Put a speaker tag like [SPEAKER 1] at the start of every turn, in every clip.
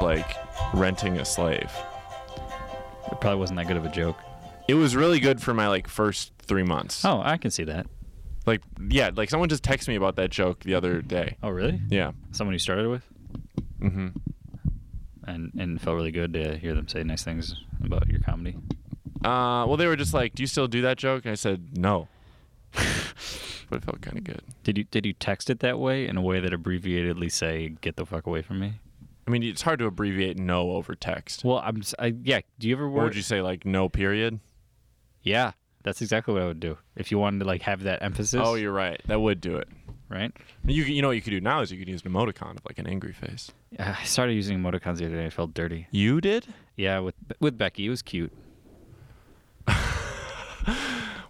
[SPEAKER 1] like renting a slave.
[SPEAKER 2] It probably wasn't that good of a joke.
[SPEAKER 1] It was really good for my like first three months.
[SPEAKER 2] Oh, I can see that.
[SPEAKER 1] Like yeah, like someone just texted me about that joke the other day.
[SPEAKER 2] Oh, really?
[SPEAKER 1] Yeah.
[SPEAKER 2] Someone you started with,
[SPEAKER 1] hmm
[SPEAKER 2] and and felt really good to hear them say nice things about your comedy.
[SPEAKER 1] Uh, well, they were just like, "Do you still do that joke?" And I said, "No," but it felt kind of good.
[SPEAKER 2] Did you did you text it that way in a way that abbreviatedly say "Get the fuck away from me"?
[SPEAKER 1] I mean, it's hard to abbreviate "no" over text.
[SPEAKER 2] Well, I'm s- I, yeah. Do you ever
[SPEAKER 1] Or
[SPEAKER 2] work?
[SPEAKER 1] would you say like "no" period?
[SPEAKER 2] yeah, that's exactly what I would do if you wanted to like have that emphasis.
[SPEAKER 1] Oh, you're right. That would do it.
[SPEAKER 2] right.
[SPEAKER 1] You you know what you could do now is you could use an emoticon of like an angry face.
[SPEAKER 2] Uh, I started using emoticons the other day. I felt dirty.
[SPEAKER 1] You did?
[SPEAKER 2] Yeah, with with Becky, it was cute.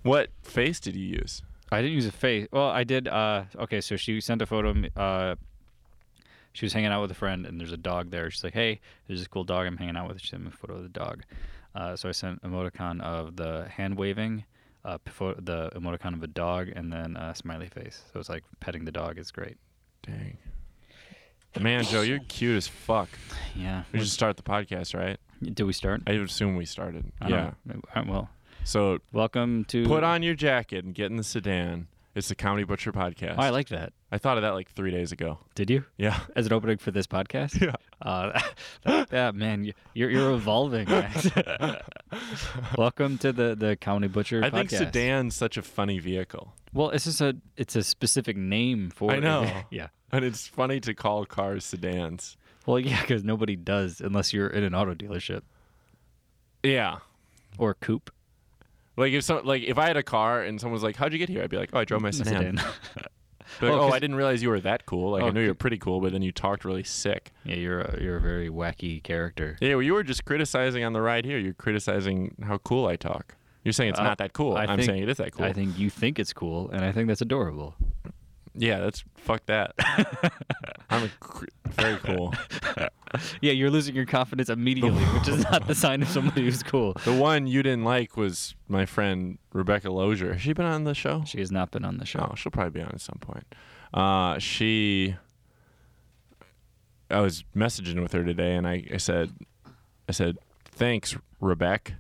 [SPEAKER 1] What face did you use?
[SPEAKER 2] I didn't use a face. Well, I did. Uh, okay, so she sent a photo. of me, Uh, she was hanging out with a friend, and there's a dog there. She's like, "Hey, there's this cool dog I'm hanging out with." She sent me a photo of the dog. Uh, so I sent emoticon of the hand waving, uh, p- pho- the emoticon of a dog, and then a smiley face. So it's like petting the dog is great.
[SPEAKER 1] Dang. Man, Joe, you're cute as fuck.
[SPEAKER 2] Yeah.
[SPEAKER 1] We should start the podcast, right?
[SPEAKER 2] Did we start?
[SPEAKER 1] I would assume we started.
[SPEAKER 2] I don't
[SPEAKER 1] yeah.
[SPEAKER 2] know. Uh, Well,
[SPEAKER 1] So
[SPEAKER 2] welcome to.
[SPEAKER 1] put on your jacket and get in the sedan. It's the Comedy Butcher podcast.
[SPEAKER 2] Oh, I like that.
[SPEAKER 1] I thought of that like three days ago.
[SPEAKER 2] Did you?
[SPEAKER 1] Yeah.
[SPEAKER 2] As an opening for this podcast?
[SPEAKER 1] Yeah.
[SPEAKER 2] Uh, yeah, man, you- you're you're evolving. guys. Welcome to the the County Butcher.
[SPEAKER 1] I think
[SPEAKER 2] podcast.
[SPEAKER 1] sedan's such a funny vehicle.
[SPEAKER 2] Well, it's just a it's a specific name for.
[SPEAKER 1] I
[SPEAKER 2] it.
[SPEAKER 1] know.
[SPEAKER 2] yeah.
[SPEAKER 1] And it's funny to call cars sedans.
[SPEAKER 2] Well, yeah, because nobody does unless you're in an auto dealership
[SPEAKER 1] Yeah.
[SPEAKER 2] or a coupe.
[SPEAKER 1] Like if some like if I had a car and someone was like, How'd you get here? I'd be like, Oh, I drove my sedan.
[SPEAKER 2] Sedan.
[SPEAKER 1] Be like,
[SPEAKER 2] Oh,
[SPEAKER 1] oh,
[SPEAKER 2] 'cause-
[SPEAKER 1] I didn't realize you were that cool. Like I
[SPEAKER 2] Oh,
[SPEAKER 1] knew you were pretty cool, but then you talked really sick.
[SPEAKER 2] yeah, you're a, you're a very wacky character.
[SPEAKER 1] Yeah, well, you were just criticizing on the ride here. You're criticizing how cool I talk. You're saying it's
[SPEAKER 2] Uh,
[SPEAKER 1] not that cool.
[SPEAKER 2] I
[SPEAKER 1] I'm
[SPEAKER 2] think-
[SPEAKER 1] saying it is that cool.
[SPEAKER 2] I think you think it's cool, and I think that's adorable.
[SPEAKER 1] yeah, that's fuck that. I'm a cr- very cool.
[SPEAKER 2] Yeah, you're losing your confidence immediately, which is not the sign of somebody who's cool.
[SPEAKER 1] The one you didn't like was my friend Rebecca Lozier. Has she been on the show?
[SPEAKER 2] She has not been on the show.
[SPEAKER 1] No, she'll probably be on at some point. Uh, she, I was messaging with her today, and I, I said, I said, thanks, Rebecca,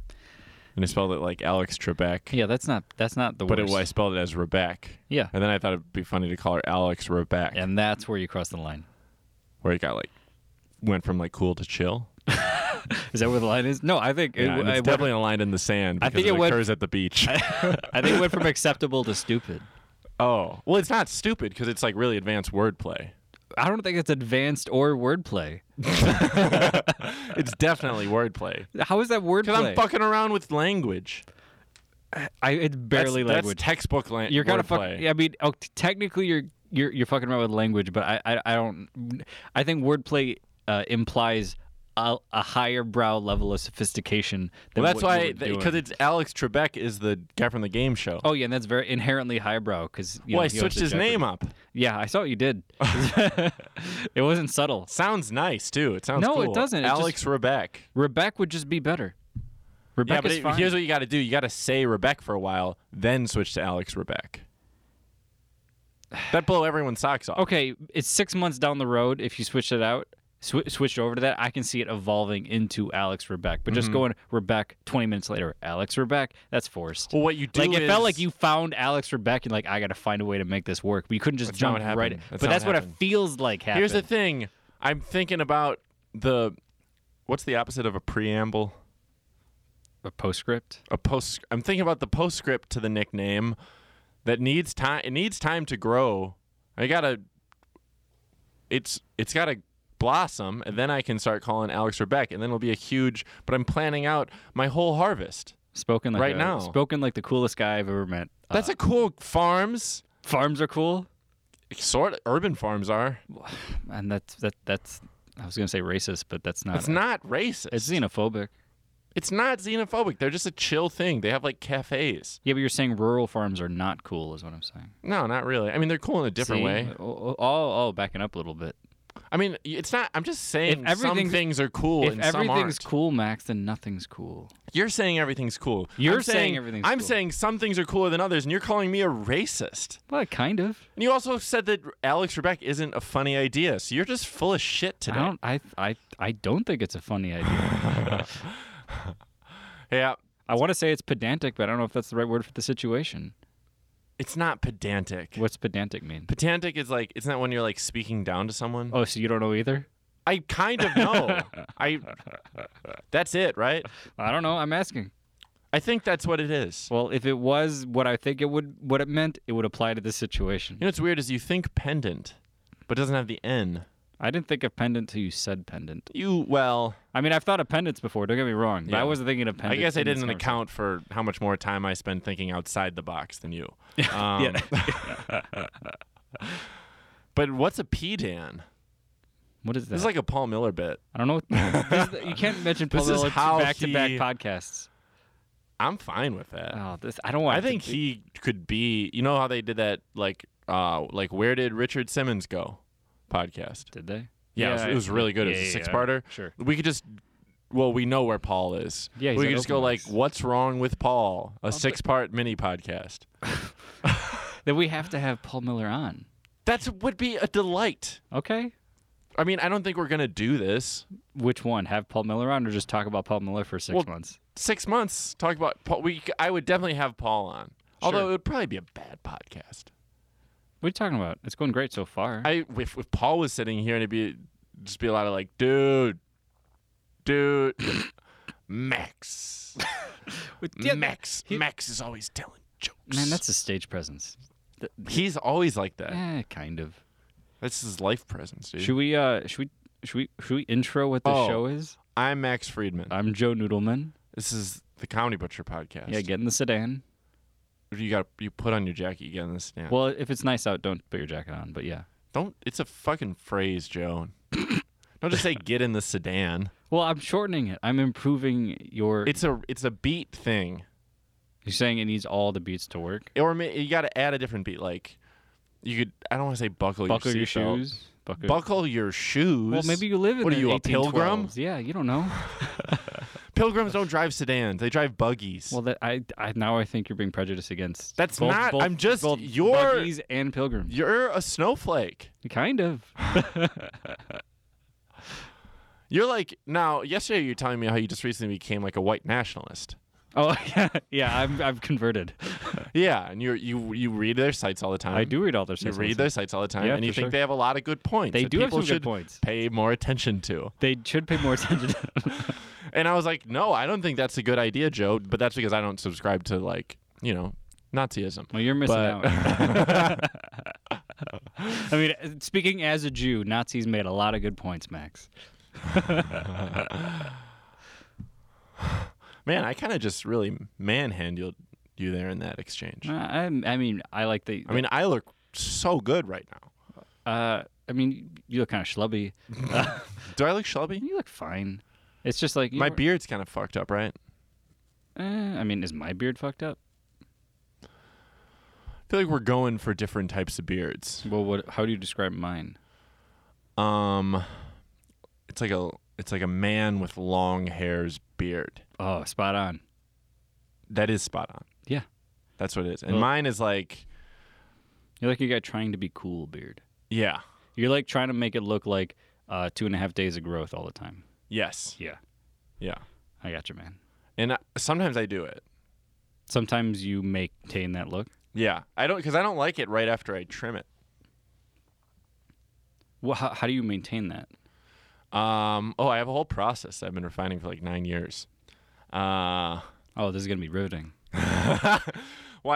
[SPEAKER 1] and I spelled it like Alex Trebek,
[SPEAKER 2] Yeah, that's not that's not the
[SPEAKER 1] but it,
[SPEAKER 2] worst.
[SPEAKER 1] I spelled it as Rebecca,
[SPEAKER 2] Yeah,
[SPEAKER 1] and then I thought it'd be funny to call her Alex Rebecca,
[SPEAKER 2] and that's where you cross the line.
[SPEAKER 1] where it got like went from like cool to chill.
[SPEAKER 2] Is that where the line is? No, I think it,
[SPEAKER 1] Yeah, and
[SPEAKER 2] I,
[SPEAKER 1] it's definitely a line in the sand.
[SPEAKER 2] I
[SPEAKER 1] Because
[SPEAKER 2] think
[SPEAKER 1] it,
[SPEAKER 2] it went-
[SPEAKER 1] occurs at the beach.
[SPEAKER 2] I think it went from acceptable to stupid.
[SPEAKER 1] oh, well, it's not stupid because it's like really advanced wordplay.
[SPEAKER 2] I don't think it's advanced or wordplay.
[SPEAKER 1] It's definitely wordplay.
[SPEAKER 2] How is that wordplay?
[SPEAKER 1] Because I'm fucking around with language.
[SPEAKER 2] I, it's barely
[SPEAKER 1] that's,
[SPEAKER 2] language.
[SPEAKER 1] That's textbook language.
[SPEAKER 2] you're kind of
[SPEAKER 1] wordplay.
[SPEAKER 2] fucking. I mean, oh, t- technically, you're you're you're fucking around with language, but I I, I don't. I think wordplay uh, implies a, a higher brow level of sophistication. Than
[SPEAKER 1] Well, that's
[SPEAKER 2] what
[SPEAKER 1] why
[SPEAKER 2] you were doing.
[SPEAKER 1] because it's Alex Trebek is the guy from the game show.
[SPEAKER 2] Oh yeah, and that's very inherently highbrow because
[SPEAKER 1] well, I switched his name up.
[SPEAKER 2] Yeah, I saw what you did. it wasn't subtle.
[SPEAKER 1] Sounds nice too. It sounds
[SPEAKER 2] No, it
[SPEAKER 1] cool.
[SPEAKER 2] doesn't. It
[SPEAKER 1] Alex Trebek.
[SPEAKER 2] Rebecca would just be better.
[SPEAKER 1] Yeah, but
[SPEAKER 2] Rebecca's
[SPEAKER 1] it-
[SPEAKER 2] fine.
[SPEAKER 1] here's what you got to do. You got to say Rebek for a while, then switch to Alex Rebek. That blow everyone's socks off.
[SPEAKER 2] okay, it's six months down the road. If you switch it out, sw- switched over to that, I can see it evolving into Alex Rebecca. But
[SPEAKER 1] Mm-hmm.
[SPEAKER 2] just going Rebecca twenty minutes later, Alex Rebecca, that's forced.
[SPEAKER 1] Well, what you do
[SPEAKER 2] like
[SPEAKER 1] is
[SPEAKER 2] it felt like you found Alex Rebecca and like I got to find a way to make this work. But you couldn't just
[SPEAKER 1] That's not
[SPEAKER 2] jump
[SPEAKER 1] what happened.
[SPEAKER 2] right.
[SPEAKER 1] That's
[SPEAKER 2] but
[SPEAKER 1] not
[SPEAKER 2] that's
[SPEAKER 1] what
[SPEAKER 2] what
[SPEAKER 1] happened.
[SPEAKER 2] it feels like happened.
[SPEAKER 1] Here's the thing. I'm thinking about the what's the opposite of a preamble?
[SPEAKER 2] a postscript.
[SPEAKER 1] a post I'm thinking about the postscript to the nickname that needs time it needs time to grow. I got to it's it's got to blossom and then I can start calling Alex Rebecca and then it'll be a huge but I'm planning out my whole harvest.
[SPEAKER 2] Spoken like
[SPEAKER 1] Right
[SPEAKER 2] a-
[SPEAKER 1] now.
[SPEAKER 2] Spoken like the coolest guy I've ever met. Uh,
[SPEAKER 1] That's a cool farms
[SPEAKER 2] farms are cool,
[SPEAKER 1] sort of urban farms are.
[SPEAKER 2] and that's that that's. I was gonna say racist, but that's not.
[SPEAKER 1] It's not racist.
[SPEAKER 2] It's xenophobic.
[SPEAKER 1] It's not xenophobic. They're just a chill thing. They have like cafes.
[SPEAKER 2] Yeah, but you're saying rural farms are not cool, is what I'm saying.
[SPEAKER 1] No, not really. I mean, they're cool in a different
[SPEAKER 2] See?
[SPEAKER 1] way.
[SPEAKER 2] All, all, all backing up a little bit.
[SPEAKER 1] I mean, it's not. I'm just saying
[SPEAKER 2] If
[SPEAKER 1] some
[SPEAKER 2] everything's-
[SPEAKER 1] things are cool
[SPEAKER 2] if
[SPEAKER 1] and some
[SPEAKER 2] everything's
[SPEAKER 1] aren't.
[SPEAKER 2] cool, Max, then nothing's cool.
[SPEAKER 1] You're saying everything's cool.
[SPEAKER 2] You're
[SPEAKER 1] I'm
[SPEAKER 2] saying everything's
[SPEAKER 1] I'm
[SPEAKER 2] cool.
[SPEAKER 1] saying some things are cooler than others, and you're calling me a racist.
[SPEAKER 2] Well, kind of.
[SPEAKER 1] And you also said that Alex Trebek isn't a funny idea, so you're just full of shit
[SPEAKER 2] I
[SPEAKER 1] today.
[SPEAKER 2] don't. I. I. I don't think it's a funny idea.
[SPEAKER 1] Yeah,
[SPEAKER 2] I want to say it's pedantic, but I don't know if that's the right word for the situation.
[SPEAKER 1] it's not pedantic.
[SPEAKER 2] What's pedantic mean?
[SPEAKER 1] Pedantic is like it's not when you're like speaking down to someone.
[SPEAKER 2] Oh, so you don't know either?
[SPEAKER 1] I kind of know. I. That's it, right?
[SPEAKER 2] I don't know. I'm asking.
[SPEAKER 1] I think that's what it is.
[SPEAKER 2] Well, if it was what I think it would, what it meant, it would apply to this situation.
[SPEAKER 1] You know what's weird is you think pendant, but it doesn't have the N.
[SPEAKER 2] I didn't think of pendant till you said pendant.
[SPEAKER 1] You well,
[SPEAKER 2] I mean, I've thought of pendants before. Don't get me wrong. But
[SPEAKER 1] Yeah.
[SPEAKER 2] I wasn't thinking of
[SPEAKER 1] I
[SPEAKER 2] pendants.
[SPEAKER 1] guess I
[SPEAKER 2] in this
[SPEAKER 1] didn't
[SPEAKER 2] conversation.
[SPEAKER 1] account for how much more time I spend thinking outside the box than you. Um, but what's a pedan?
[SPEAKER 2] What is that?
[SPEAKER 1] This is like a Paul Miller bit.
[SPEAKER 2] I don't know. What, this is- you can't mention
[SPEAKER 1] This
[SPEAKER 2] Paul
[SPEAKER 1] is how
[SPEAKER 2] back to back
[SPEAKER 1] he-
[SPEAKER 2] podcasts.
[SPEAKER 1] I'm fine with that.
[SPEAKER 2] Oh, this I don't want.
[SPEAKER 1] Uh, I think
[SPEAKER 2] to,
[SPEAKER 1] he could be. You know how they did that, like, uh, like where did Richard Simmons go? Podcast.
[SPEAKER 2] did they?
[SPEAKER 1] Yeah, it, was, it was really good. It was a six-parter.
[SPEAKER 2] Sure.
[SPEAKER 1] We could just. Well, we know where Paul is.
[SPEAKER 2] Yeah, he's
[SPEAKER 1] we
[SPEAKER 2] at
[SPEAKER 1] could just go
[SPEAKER 2] open
[SPEAKER 1] like,
[SPEAKER 2] mics.
[SPEAKER 1] "What's wrong with Paul?" A six-part mini podcast.
[SPEAKER 2] Then we have to have Paul Miller on.
[SPEAKER 1] That would be a delight.
[SPEAKER 2] Okay.
[SPEAKER 1] I mean, I don't think we're gonna do this.
[SPEAKER 2] Which one? Have Paul Miller on, or just talk about Paul Miller for six
[SPEAKER 1] Well,
[SPEAKER 2] months?
[SPEAKER 1] Six months. Talk about Paul. We. I would definitely have Paul on. Although
[SPEAKER 2] Sure.
[SPEAKER 1] it would probably be a bad podcast.
[SPEAKER 2] What are you talking about? It's going great so far.
[SPEAKER 1] I if, if Paul was sitting here, and it'd be just be a lot of like, dude, dude, Max, Max, Max is always telling jokes.
[SPEAKER 2] Man, that's a stage presence.
[SPEAKER 1] he's always like that.
[SPEAKER 2] Eh, kind of.
[SPEAKER 1] That's his life presence, dude.
[SPEAKER 2] Should we? Uh, should we? Should we? Should we intro what the
[SPEAKER 1] Oh.
[SPEAKER 2] show is?
[SPEAKER 1] I'm Max Friedman.
[SPEAKER 2] I'm Joe Noodleman.
[SPEAKER 1] this is the Comedy Butcher podcast.
[SPEAKER 2] Yeah, get in the sedan.
[SPEAKER 1] you got you put on your jacket, you get in this. Yeah.
[SPEAKER 2] Well, if it's nice out, don't put your jacket on. But yeah.
[SPEAKER 1] Don't. It's a fucking phrase, Joan. Don't just say "get in the sedan."
[SPEAKER 2] Well, I'm shortening it. I'm improving your.
[SPEAKER 1] It's a it's a beat thing,
[SPEAKER 2] You're saying it needs all the beats to work.
[SPEAKER 1] or ma- you got to add a different beat. Like you could. I don't want to say buckle,
[SPEAKER 2] Buckle your
[SPEAKER 1] seatbelt.
[SPEAKER 2] shoes. Buckle.
[SPEAKER 1] Buckle your shoes.
[SPEAKER 2] well, maybe you live in
[SPEAKER 1] What are
[SPEAKER 2] the
[SPEAKER 1] you, a pilgrim?
[SPEAKER 2] 1812s. Yeah, you don't know.
[SPEAKER 1] pilgrims don't drive sedans; they drive buggies.
[SPEAKER 2] Well, that I, I now I think you're being prejudiced against.
[SPEAKER 1] That's
[SPEAKER 2] both-
[SPEAKER 1] not-
[SPEAKER 2] both-
[SPEAKER 1] I'm just-
[SPEAKER 2] both
[SPEAKER 1] you're-
[SPEAKER 2] buggies and pilgrims.
[SPEAKER 1] You're a snowflake.
[SPEAKER 2] Kind of.
[SPEAKER 1] You're like now. Yesterday, you were telling me how you just recently became like a white nationalist.
[SPEAKER 2] Oh yeah, yeah. I'm I've converted.
[SPEAKER 1] Yeah, and you you you read their sites all the time.
[SPEAKER 2] I do read all their.
[SPEAKER 1] You
[SPEAKER 2] sites on
[SPEAKER 1] read
[SPEAKER 2] the-
[SPEAKER 1] their sites all the time,
[SPEAKER 2] Yeah,
[SPEAKER 1] and you
[SPEAKER 2] for
[SPEAKER 1] think
[SPEAKER 2] sure.
[SPEAKER 1] they have a lot of good points.
[SPEAKER 2] They
[SPEAKER 1] that
[SPEAKER 2] do have
[SPEAKER 1] people
[SPEAKER 2] some good
[SPEAKER 1] should
[SPEAKER 2] points.
[SPEAKER 1] Pay more attention to.
[SPEAKER 2] They should pay more attention. to
[SPEAKER 1] And I was like, no, I don't think that's a good idea, Joe. But that's because I don't subscribe to like, you know, Nazism.
[SPEAKER 2] Well, you're missing
[SPEAKER 1] But-
[SPEAKER 2] out. I mean, speaking as a Jew, Nazis made a lot of good points, Max.
[SPEAKER 1] Man, I kind of just really manhandled you there in that exchange.
[SPEAKER 2] Uh, I, I mean, I like the.
[SPEAKER 1] I mean, I look so good right now.
[SPEAKER 2] uh, I mean, you look kind of schlubby.
[SPEAKER 1] Do I look schlubby?
[SPEAKER 2] You look fine. It's just like you
[SPEAKER 1] My
[SPEAKER 2] were-
[SPEAKER 1] beard's kind of fucked up, right?
[SPEAKER 2] Eh, I mean, is my beard fucked up?
[SPEAKER 1] I feel like we're going for different types of beards.
[SPEAKER 2] Well, what? How do you describe mine?
[SPEAKER 1] Um, it's like a it's like a man with long hair's beard.
[SPEAKER 2] Oh, spot on.
[SPEAKER 1] That is spot on.
[SPEAKER 2] Yeah.
[SPEAKER 1] That's what it is. And
[SPEAKER 2] Well-
[SPEAKER 1] mine is like,
[SPEAKER 2] You're like a guy trying to be cool beard.
[SPEAKER 1] yeah,
[SPEAKER 2] You're like trying to make it look like uh, two and a half days of growth all the time.
[SPEAKER 1] yes,
[SPEAKER 2] Yeah,
[SPEAKER 1] yeah.
[SPEAKER 2] I got you, man.
[SPEAKER 1] And I, sometimes I do it.
[SPEAKER 2] Sometimes you maintain that look.
[SPEAKER 1] Yeah, I don't because I don't like it right after I trim it.
[SPEAKER 2] Well, how, how do you maintain that?
[SPEAKER 1] Um, oh, I have a whole process that I've been refining for like nine years. Uh,
[SPEAKER 2] Oh, this is gonna be riveting.
[SPEAKER 1] well,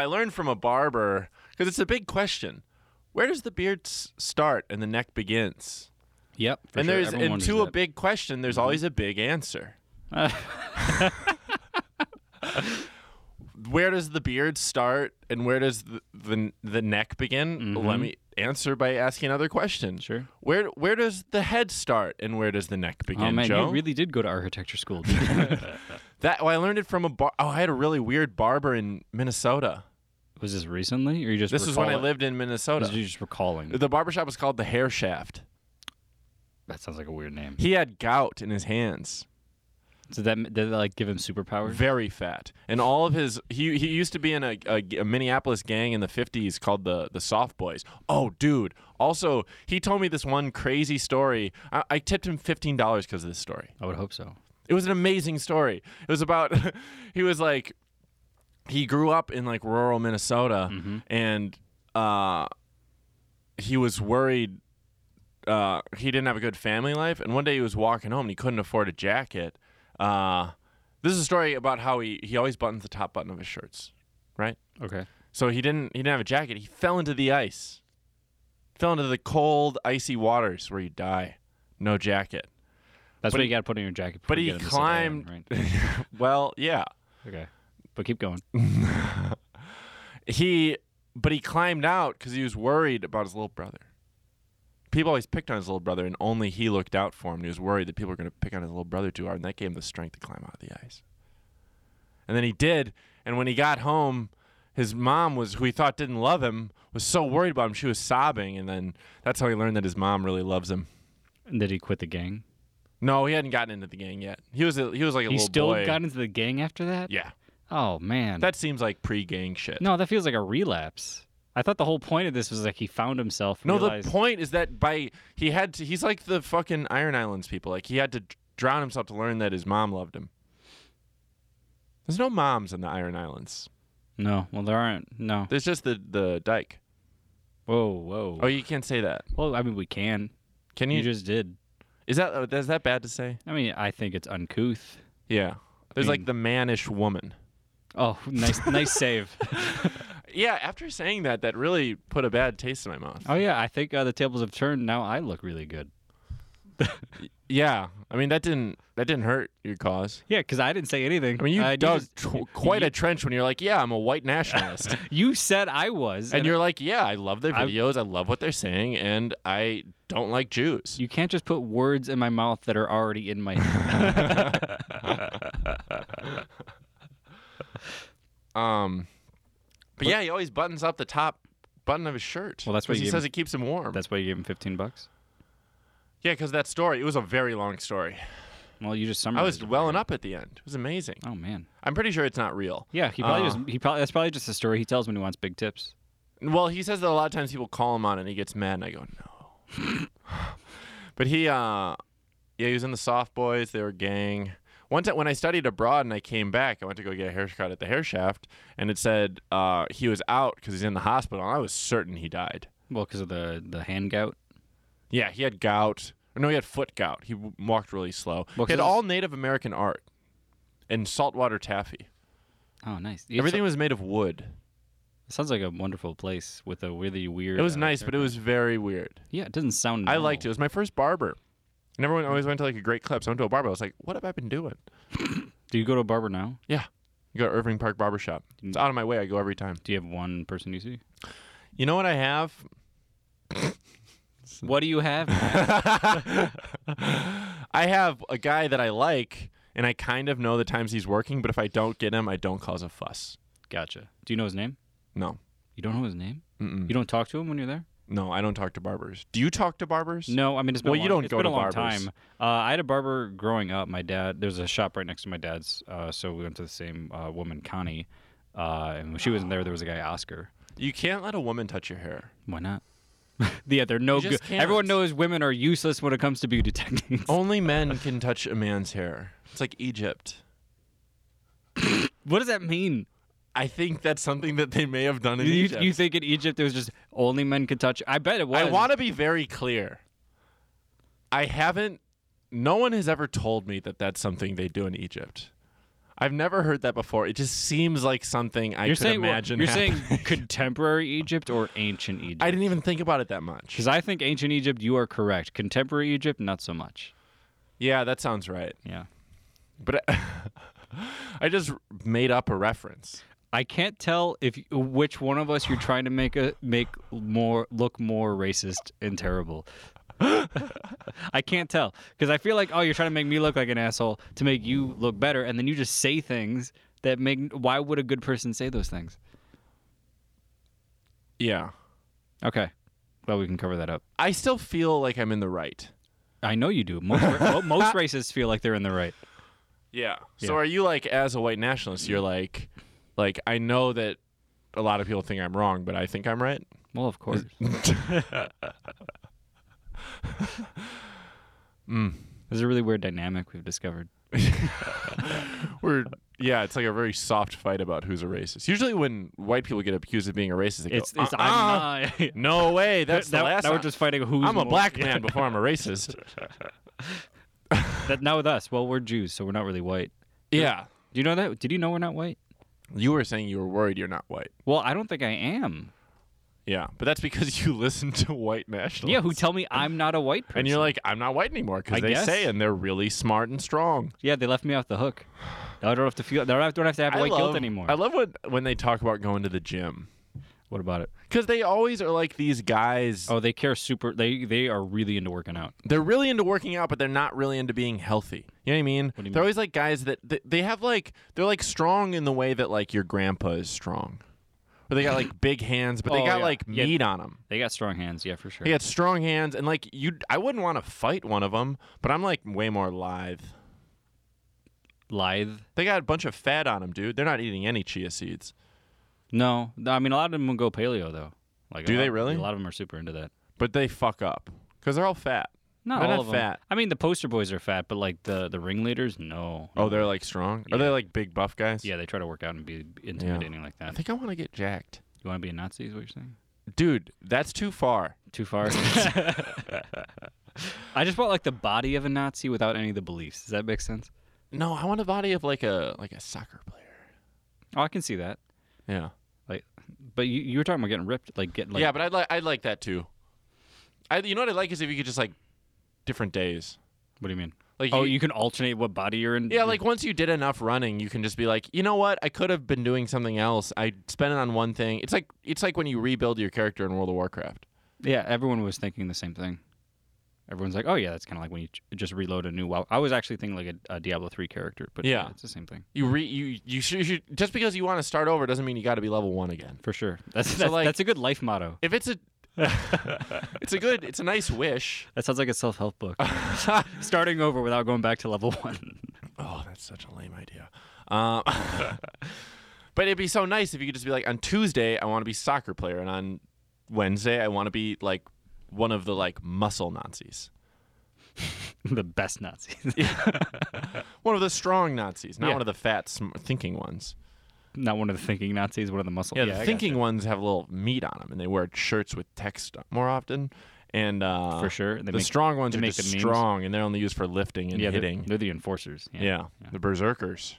[SPEAKER 1] I learned from a barber because it's a big question. Where does the beard s- start and the neck begins?
[SPEAKER 2] Yep. for
[SPEAKER 1] and
[SPEAKER 2] sure.
[SPEAKER 1] there's
[SPEAKER 2] Everyone
[SPEAKER 1] and
[SPEAKER 2] wonders
[SPEAKER 1] to a
[SPEAKER 2] that. Mm-hmm.
[SPEAKER 1] big question, there's always a big answer. where does the beard start and where does the the, the neck begin?
[SPEAKER 2] Mm-hmm.
[SPEAKER 1] Let me answer by asking another question.
[SPEAKER 2] Sure.
[SPEAKER 1] Where where does the head start and where does the neck begin,
[SPEAKER 2] Oh man,
[SPEAKER 1] Joe?
[SPEAKER 2] you really did go to architecture school. didn't you?
[SPEAKER 1] that well, I learned it from a bar. Oh, I had a really weird barber in Minnesota.
[SPEAKER 2] was this recently, or you just
[SPEAKER 1] This is when I
[SPEAKER 2] recall it-
[SPEAKER 1] lived in Minnesota.
[SPEAKER 2] was you just recalling?
[SPEAKER 1] The barbershop was called the Hair Shaft.
[SPEAKER 2] That sounds like a weird name.
[SPEAKER 1] He had gout in his hands.
[SPEAKER 2] Did that did that like give him superpowers?
[SPEAKER 1] Very fat. And all of his he he used to be in a, a, a Minneapolis gang in the 50s called the the Soft Boys. Oh, dude. Also, he told me this one crazy story. I, I tipped him $15 because of this story.
[SPEAKER 2] I would hope so.
[SPEAKER 1] It was an amazing story. It was about he was like he grew up in like rural Minnesota
[SPEAKER 2] Mm-hmm.
[SPEAKER 1] and uh he was worried uh he didn't have a good family life and one day he was walking home and he couldn't afford a jacket. Uh this is a story about how he he always buttons the top button of his shirts, right?
[SPEAKER 2] Okay.
[SPEAKER 1] So he didn't he didn't have a jacket. He fell into the ice. Fell into the cold icy waters where you die. No jacket.
[SPEAKER 2] That's
[SPEAKER 1] But
[SPEAKER 2] what
[SPEAKER 1] he-
[SPEAKER 2] you got to put in your jacket.
[SPEAKER 1] but
[SPEAKER 2] before you
[SPEAKER 1] he
[SPEAKER 2] get in the Sahara,
[SPEAKER 1] climbed- Well, yeah.
[SPEAKER 2] right? Okay. But keep going.
[SPEAKER 1] he but he climbed out because he was worried about his little brother people always picked on his little brother and only he looked out for him and he was worried that people were going to pick on his little brother too hard and that gave him the strength to climb out of the ice and then he did and when he got home his mom was who he thought didn't love him was so worried about him she was sobbing and then that's how he learned that his mom really loves him
[SPEAKER 2] And did he quit the gang?
[SPEAKER 1] no he hadn't gotten into the gang yet he was a, he was like a
[SPEAKER 2] He
[SPEAKER 1] little
[SPEAKER 2] still
[SPEAKER 1] boy
[SPEAKER 2] got into the gang after that?
[SPEAKER 1] yeah
[SPEAKER 2] Oh man.
[SPEAKER 1] that seems like pre-gang shit
[SPEAKER 2] no, that feels like a relapse. I thought the whole point of this was like he found himself.
[SPEAKER 1] No,
[SPEAKER 2] realized,
[SPEAKER 1] the point is that by he had to, he's like the fucking Iron Islands people. Like he had to d- drown himself to learn that his mom loved him. There's no moms in the Iron Islands.
[SPEAKER 2] No, well there aren't. No.
[SPEAKER 1] There's just the the dike.
[SPEAKER 2] Whoa, whoa.
[SPEAKER 1] Oh, you can't say that.
[SPEAKER 2] Well, I mean we can.
[SPEAKER 1] Can
[SPEAKER 2] You
[SPEAKER 1] you?
[SPEAKER 2] just did.
[SPEAKER 1] is that uh, is that bad to say?
[SPEAKER 2] I mean, I think it's uncouth.
[SPEAKER 1] Yeah. There's like
[SPEAKER 2] mean-
[SPEAKER 1] the mannish woman.
[SPEAKER 2] Oh, nice, nice save.
[SPEAKER 1] Yeah. After saying that, that really put a bad taste in my mouth.
[SPEAKER 2] Oh yeah, I think uh, the tables have turned. Now I look really good.
[SPEAKER 1] Yeah. I mean, that didn't that didn't hurt your cause.
[SPEAKER 2] Yeah, because I didn't say anything.
[SPEAKER 1] I mean, you
[SPEAKER 2] Uh,
[SPEAKER 1] dug
[SPEAKER 2] just-
[SPEAKER 1] tw- quite
[SPEAKER 2] you-
[SPEAKER 1] a trench when you're like, yeah, I'm a white nationalist.
[SPEAKER 2] You said I was,
[SPEAKER 1] and you're like, yeah, I love their
[SPEAKER 2] I-
[SPEAKER 1] videos. I love what they're saying, and I don't like Jews.
[SPEAKER 2] You can't just put words in my mouth that are already in my head.
[SPEAKER 1] Um, but yeah, he always buttons up the top button of his shirt.
[SPEAKER 2] Well, that's why
[SPEAKER 1] 'cause
[SPEAKER 2] you
[SPEAKER 1] he
[SPEAKER 2] gave
[SPEAKER 1] says
[SPEAKER 2] him-
[SPEAKER 1] it keeps him warm.
[SPEAKER 2] That's why you gave him 15 bucks.
[SPEAKER 1] yeah, because that story. It was a very long story.
[SPEAKER 2] Well, you just
[SPEAKER 1] I
[SPEAKER 2] summarized.
[SPEAKER 1] was
[SPEAKER 2] it.
[SPEAKER 1] welling up at the end. It was amazing.
[SPEAKER 2] Oh man.
[SPEAKER 1] I'm pretty sure it's not real.
[SPEAKER 2] Yeah, he probably
[SPEAKER 1] Uh.
[SPEAKER 2] just he probably that's probably just a story he tells when he wants big tips.
[SPEAKER 1] Well, he says that a lot of times people call him on it and he gets mad, and I go, no. but he, uh, yeah, he was in the Soft Boys. They were a gang. One time when I studied abroad and I came back, I went to go get a haircut at the hair shaft, and it said uh, he was out because he's in the hospital. And I was certain he died.
[SPEAKER 2] Well, because of the the hand gout.
[SPEAKER 1] Yeah, he had gout. Or no, he had foot gout. He w- walked really slow.
[SPEAKER 2] Well,
[SPEAKER 1] he had
[SPEAKER 2] 'cause-
[SPEAKER 1] all Native American art and saltwater taffy.
[SPEAKER 2] Oh, nice. It
[SPEAKER 1] Everything was made of wood.
[SPEAKER 2] so- sounds like a wonderful place with a really weird.
[SPEAKER 1] It was
[SPEAKER 2] uh,
[SPEAKER 1] nice, but it was very weird.
[SPEAKER 2] Yeah, it doesn't sound.
[SPEAKER 1] I
[SPEAKER 2] normal.
[SPEAKER 1] liked it. It was my first barber. And everyone always went to like a great club. So I went to a barber. I was like, what have I been doing?
[SPEAKER 2] Do you go to a barber now?
[SPEAKER 1] You go to Irving Park Barbershop. It's out of my way. I go every time.
[SPEAKER 2] Do you have one person you see?
[SPEAKER 1] You know what I have?
[SPEAKER 2] What do you have?
[SPEAKER 1] I have a guy that I like and I kind of know the times he's working, but if I don't get him, I don't cause a fuss.
[SPEAKER 2] gotcha. Do you know his name?
[SPEAKER 1] No.
[SPEAKER 2] You don't know his name.
[SPEAKER 1] Mm-mm.
[SPEAKER 2] You don't talk to him when you're there.
[SPEAKER 1] No, I don't talk to barbers. Do you talk to barbers?
[SPEAKER 2] No, I mean it's been
[SPEAKER 1] Well,
[SPEAKER 2] a
[SPEAKER 1] you
[SPEAKER 2] long,
[SPEAKER 1] don't
[SPEAKER 2] it's
[SPEAKER 1] go
[SPEAKER 2] been
[SPEAKER 1] to
[SPEAKER 2] a long
[SPEAKER 1] barbers.
[SPEAKER 2] time. Uh, I had a barber growing up. My dad, there's a shop right next to my dad's, uh, so we went to the same uh, woman, Connie, uh, and when she wasn't there, there was a guy, Oscar.
[SPEAKER 1] You can't let a woman touch your hair.
[SPEAKER 2] Why not? yeah, they're no
[SPEAKER 1] You
[SPEAKER 2] good.
[SPEAKER 1] just can't. Oh.
[SPEAKER 2] Everyone knows women are useless when it comes to beauty techniques.
[SPEAKER 1] Only men can touch a man's hair. It's like Egypt.
[SPEAKER 2] What does that mean?
[SPEAKER 1] I think that's something that they may have done in
[SPEAKER 2] You,
[SPEAKER 1] Egypt.
[SPEAKER 2] you think in Egypt it was just only men could touch? I bet it was.
[SPEAKER 1] I want to be very clear. I haven't. No one has ever told me that that's something they do in Egypt. I've never heard that before. It just seems like something I
[SPEAKER 2] You're
[SPEAKER 1] could
[SPEAKER 2] saying well,
[SPEAKER 1] imagine.
[SPEAKER 2] you're
[SPEAKER 1] happening.
[SPEAKER 2] saying contemporary Egypt or ancient Egypt?
[SPEAKER 1] I didn't even think about it that much.
[SPEAKER 2] Because I think ancient Egypt, you are correct. Contemporary Egypt, not so much.
[SPEAKER 1] Yeah, that sounds right.
[SPEAKER 2] Yeah.
[SPEAKER 1] But I, I just made up a reference.
[SPEAKER 2] I can't tell if which one of us you're trying to make a make more look more racist and terrible. I can't tell because I feel like oh you're trying to make me look like an asshole to make you look better, and then you just say things that make why would a good person say those things?
[SPEAKER 1] Yeah.
[SPEAKER 2] Okay, well we can cover that up.
[SPEAKER 1] I still feel like I'm in the right.
[SPEAKER 2] I know you do. Most ra- most racists feel like they're in the right.
[SPEAKER 1] Yeah.
[SPEAKER 2] Yeah.
[SPEAKER 1] So are you like as a white nationalist, you're like like I know that a lot of people think I'm wrong, but I think I'm right.
[SPEAKER 2] Well, of course.
[SPEAKER 1] Mm.
[SPEAKER 2] There's Hmm. a really weird dynamic we've discovered.
[SPEAKER 1] We're Uh, yeah, it's like a very soft fight about who's a racist. Usually when white people get accused of being a racist, they go,
[SPEAKER 2] It's it's
[SPEAKER 1] "Uh-uh,
[SPEAKER 2] I'm not.
[SPEAKER 1] no way, that's
[SPEAKER 2] that,
[SPEAKER 1] the last
[SPEAKER 2] now we're
[SPEAKER 1] I-
[SPEAKER 2] just fighting who's
[SPEAKER 1] I'm a
[SPEAKER 2] more-
[SPEAKER 1] black man before I'm a racist.
[SPEAKER 2] that, now with us, well, we're Jews, so we're not really white.
[SPEAKER 1] yeah.
[SPEAKER 2] Do you know that? Did you know we're not white?
[SPEAKER 1] You were saying you were worried you're not white.
[SPEAKER 2] Well, I don't think I am.
[SPEAKER 1] Yeah, but that's because you listen to white nationalists.
[SPEAKER 2] Yeah, who tell me I'm not a white person?
[SPEAKER 1] and you're like, I'm not white anymore
[SPEAKER 2] I
[SPEAKER 1] because they
[SPEAKER 2] guess.
[SPEAKER 1] say, and they're really smart and strong.
[SPEAKER 2] yeah, they left me off the hook. Now I don't have to feel. Now I don't have to have
[SPEAKER 1] I
[SPEAKER 2] white guilt
[SPEAKER 1] love-
[SPEAKER 2] anymore.
[SPEAKER 1] I love when when they talk about going to the gym
[SPEAKER 2] what about it?
[SPEAKER 1] because they always are like these guys.
[SPEAKER 2] Oh, they care super. They they are really into working out.
[SPEAKER 1] They're really into working out, but they're not really into being healthy. You know what I mean?
[SPEAKER 2] What do you
[SPEAKER 1] they're
[SPEAKER 2] mean?
[SPEAKER 1] always like guys that they, they have like they're like strong in the way that like your grandpa is strong, where they got like big hands, but they
[SPEAKER 2] Oh,
[SPEAKER 1] got
[SPEAKER 2] yeah.
[SPEAKER 1] like
[SPEAKER 2] Yeah.
[SPEAKER 1] meat on them.
[SPEAKER 2] They got strong hands. Yeah, for sure.
[SPEAKER 1] They got strong hands, and like you, I wouldn't want to fight one of them, but I'm like way more lithe.
[SPEAKER 2] Lithe.
[SPEAKER 1] They got a bunch of fat on them, dude. They're not eating any chia seeds.
[SPEAKER 2] No, No, I mean a lot of them will go paleo though. Like a
[SPEAKER 1] Do
[SPEAKER 2] lot-
[SPEAKER 1] they really?
[SPEAKER 2] A lot of them are super into that.
[SPEAKER 1] but they fuck up because they're all fat.
[SPEAKER 2] Not
[SPEAKER 1] They're
[SPEAKER 2] all
[SPEAKER 1] not
[SPEAKER 2] of them.
[SPEAKER 1] fat.
[SPEAKER 2] I mean, the poster boys are fat, but like the the ringleaders, no.
[SPEAKER 1] Oh, they're like strong. Are they like big buff guys?
[SPEAKER 2] Yeah, they try to work out and be intimidating like
[SPEAKER 1] I
[SPEAKER 2] that.
[SPEAKER 1] think I want to get jacked,
[SPEAKER 2] You want to be a Nazi? Is what you're saying?
[SPEAKER 1] dude. That's too far.
[SPEAKER 2] Too far. I just want like the body of a Nazi without any of the beliefs. Does that make sense?
[SPEAKER 1] No, I want a body of like a like a soccer player.
[SPEAKER 2] Oh, I can see that.
[SPEAKER 1] Yeah.
[SPEAKER 2] But you, you were talking about getting ripped, like getting like
[SPEAKER 1] yeah, but I'd like I'd like that too. I you know what I'd like is if you could just like different days.
[SPEAKER 2] What do you mean?
[SPEAKER 1] Like
[SPEAKER 2] Oh,
[SPEAKER 1] you,
[SPEAKER 2] you can alternate what body you're in.
[SPEAKER 1] yeah, like once you did enough running, you can just be like, you know what? I could have been doing something else. I spent it on one thing. It's like it's like when you rebuild your character in World of Warcraft.
[SPEAKER 2] yeah. Everyone was thinking the same thing. Everyone's like, oh yeah, that's kind of like when you ch- just reload a new WoW. I was actually thinking like a, a Diablo three character, but
[SPEAKER 1] Yeah.
[SPEAKER 2] it's the same thing
[SPEAKER 1] You re you you should, you just because you want to start over doesn't mean you got to be level one again.
[SPEAKER 2] for sure. That's that's,
[SPEAKER 1] like-
[SPEAKER 2] that's a good life motto.
[SPEAKER 1] If it's a it's a good it's a nice wish.
[SPEAKER 2] That sounds like a self help book. Starting over without going back to level one.
[SPEAKER 1] Oh, that's such a lame idea. Um, but it'd be so nice if you could just be like, on Tuesday I want to be soccer player, and on Wednesday I want to be like one of the like muscle Nazis,
[SPEAKER 2] the best Nazis,
[SPEAKER 1] one of the strong Nazis, not
[SPEAKER 2] Yeah.
[SPEAKER 1] one of the fat sm- thinking ones.
[SPEAKER 2] not one of the thinking Nazis, one of the muscle.
[SPEAKER 1] Yeah,
[SPEAKER 2] I
[SPEAKER 1] the
[SPEAKER 2] gotcha.
[SPEAKER 1] thinking ones have a little meat on them, and they wear shirts with text more often. And uh,
[SPEAKER 2] for sure. They
[SPEAKER 1] the
[SPEAKER 2] make,
[SPEAKER 1] strong ones
[SPEAKER 2] they
[SPEAKER 1] are
[SPEAKER 2] make
[SPEAKER 1] just
[SPEAKER 2] the memes.
[SPEAKER 1] strong, and they're only used for lifting and
[SPEAKER 2] yeah, they're,
[SPEAKER 1] hitting.
[SPEAKER 2] they're the enforcers. Yeah,
[SPEAKER 1] yeah, the berserkers.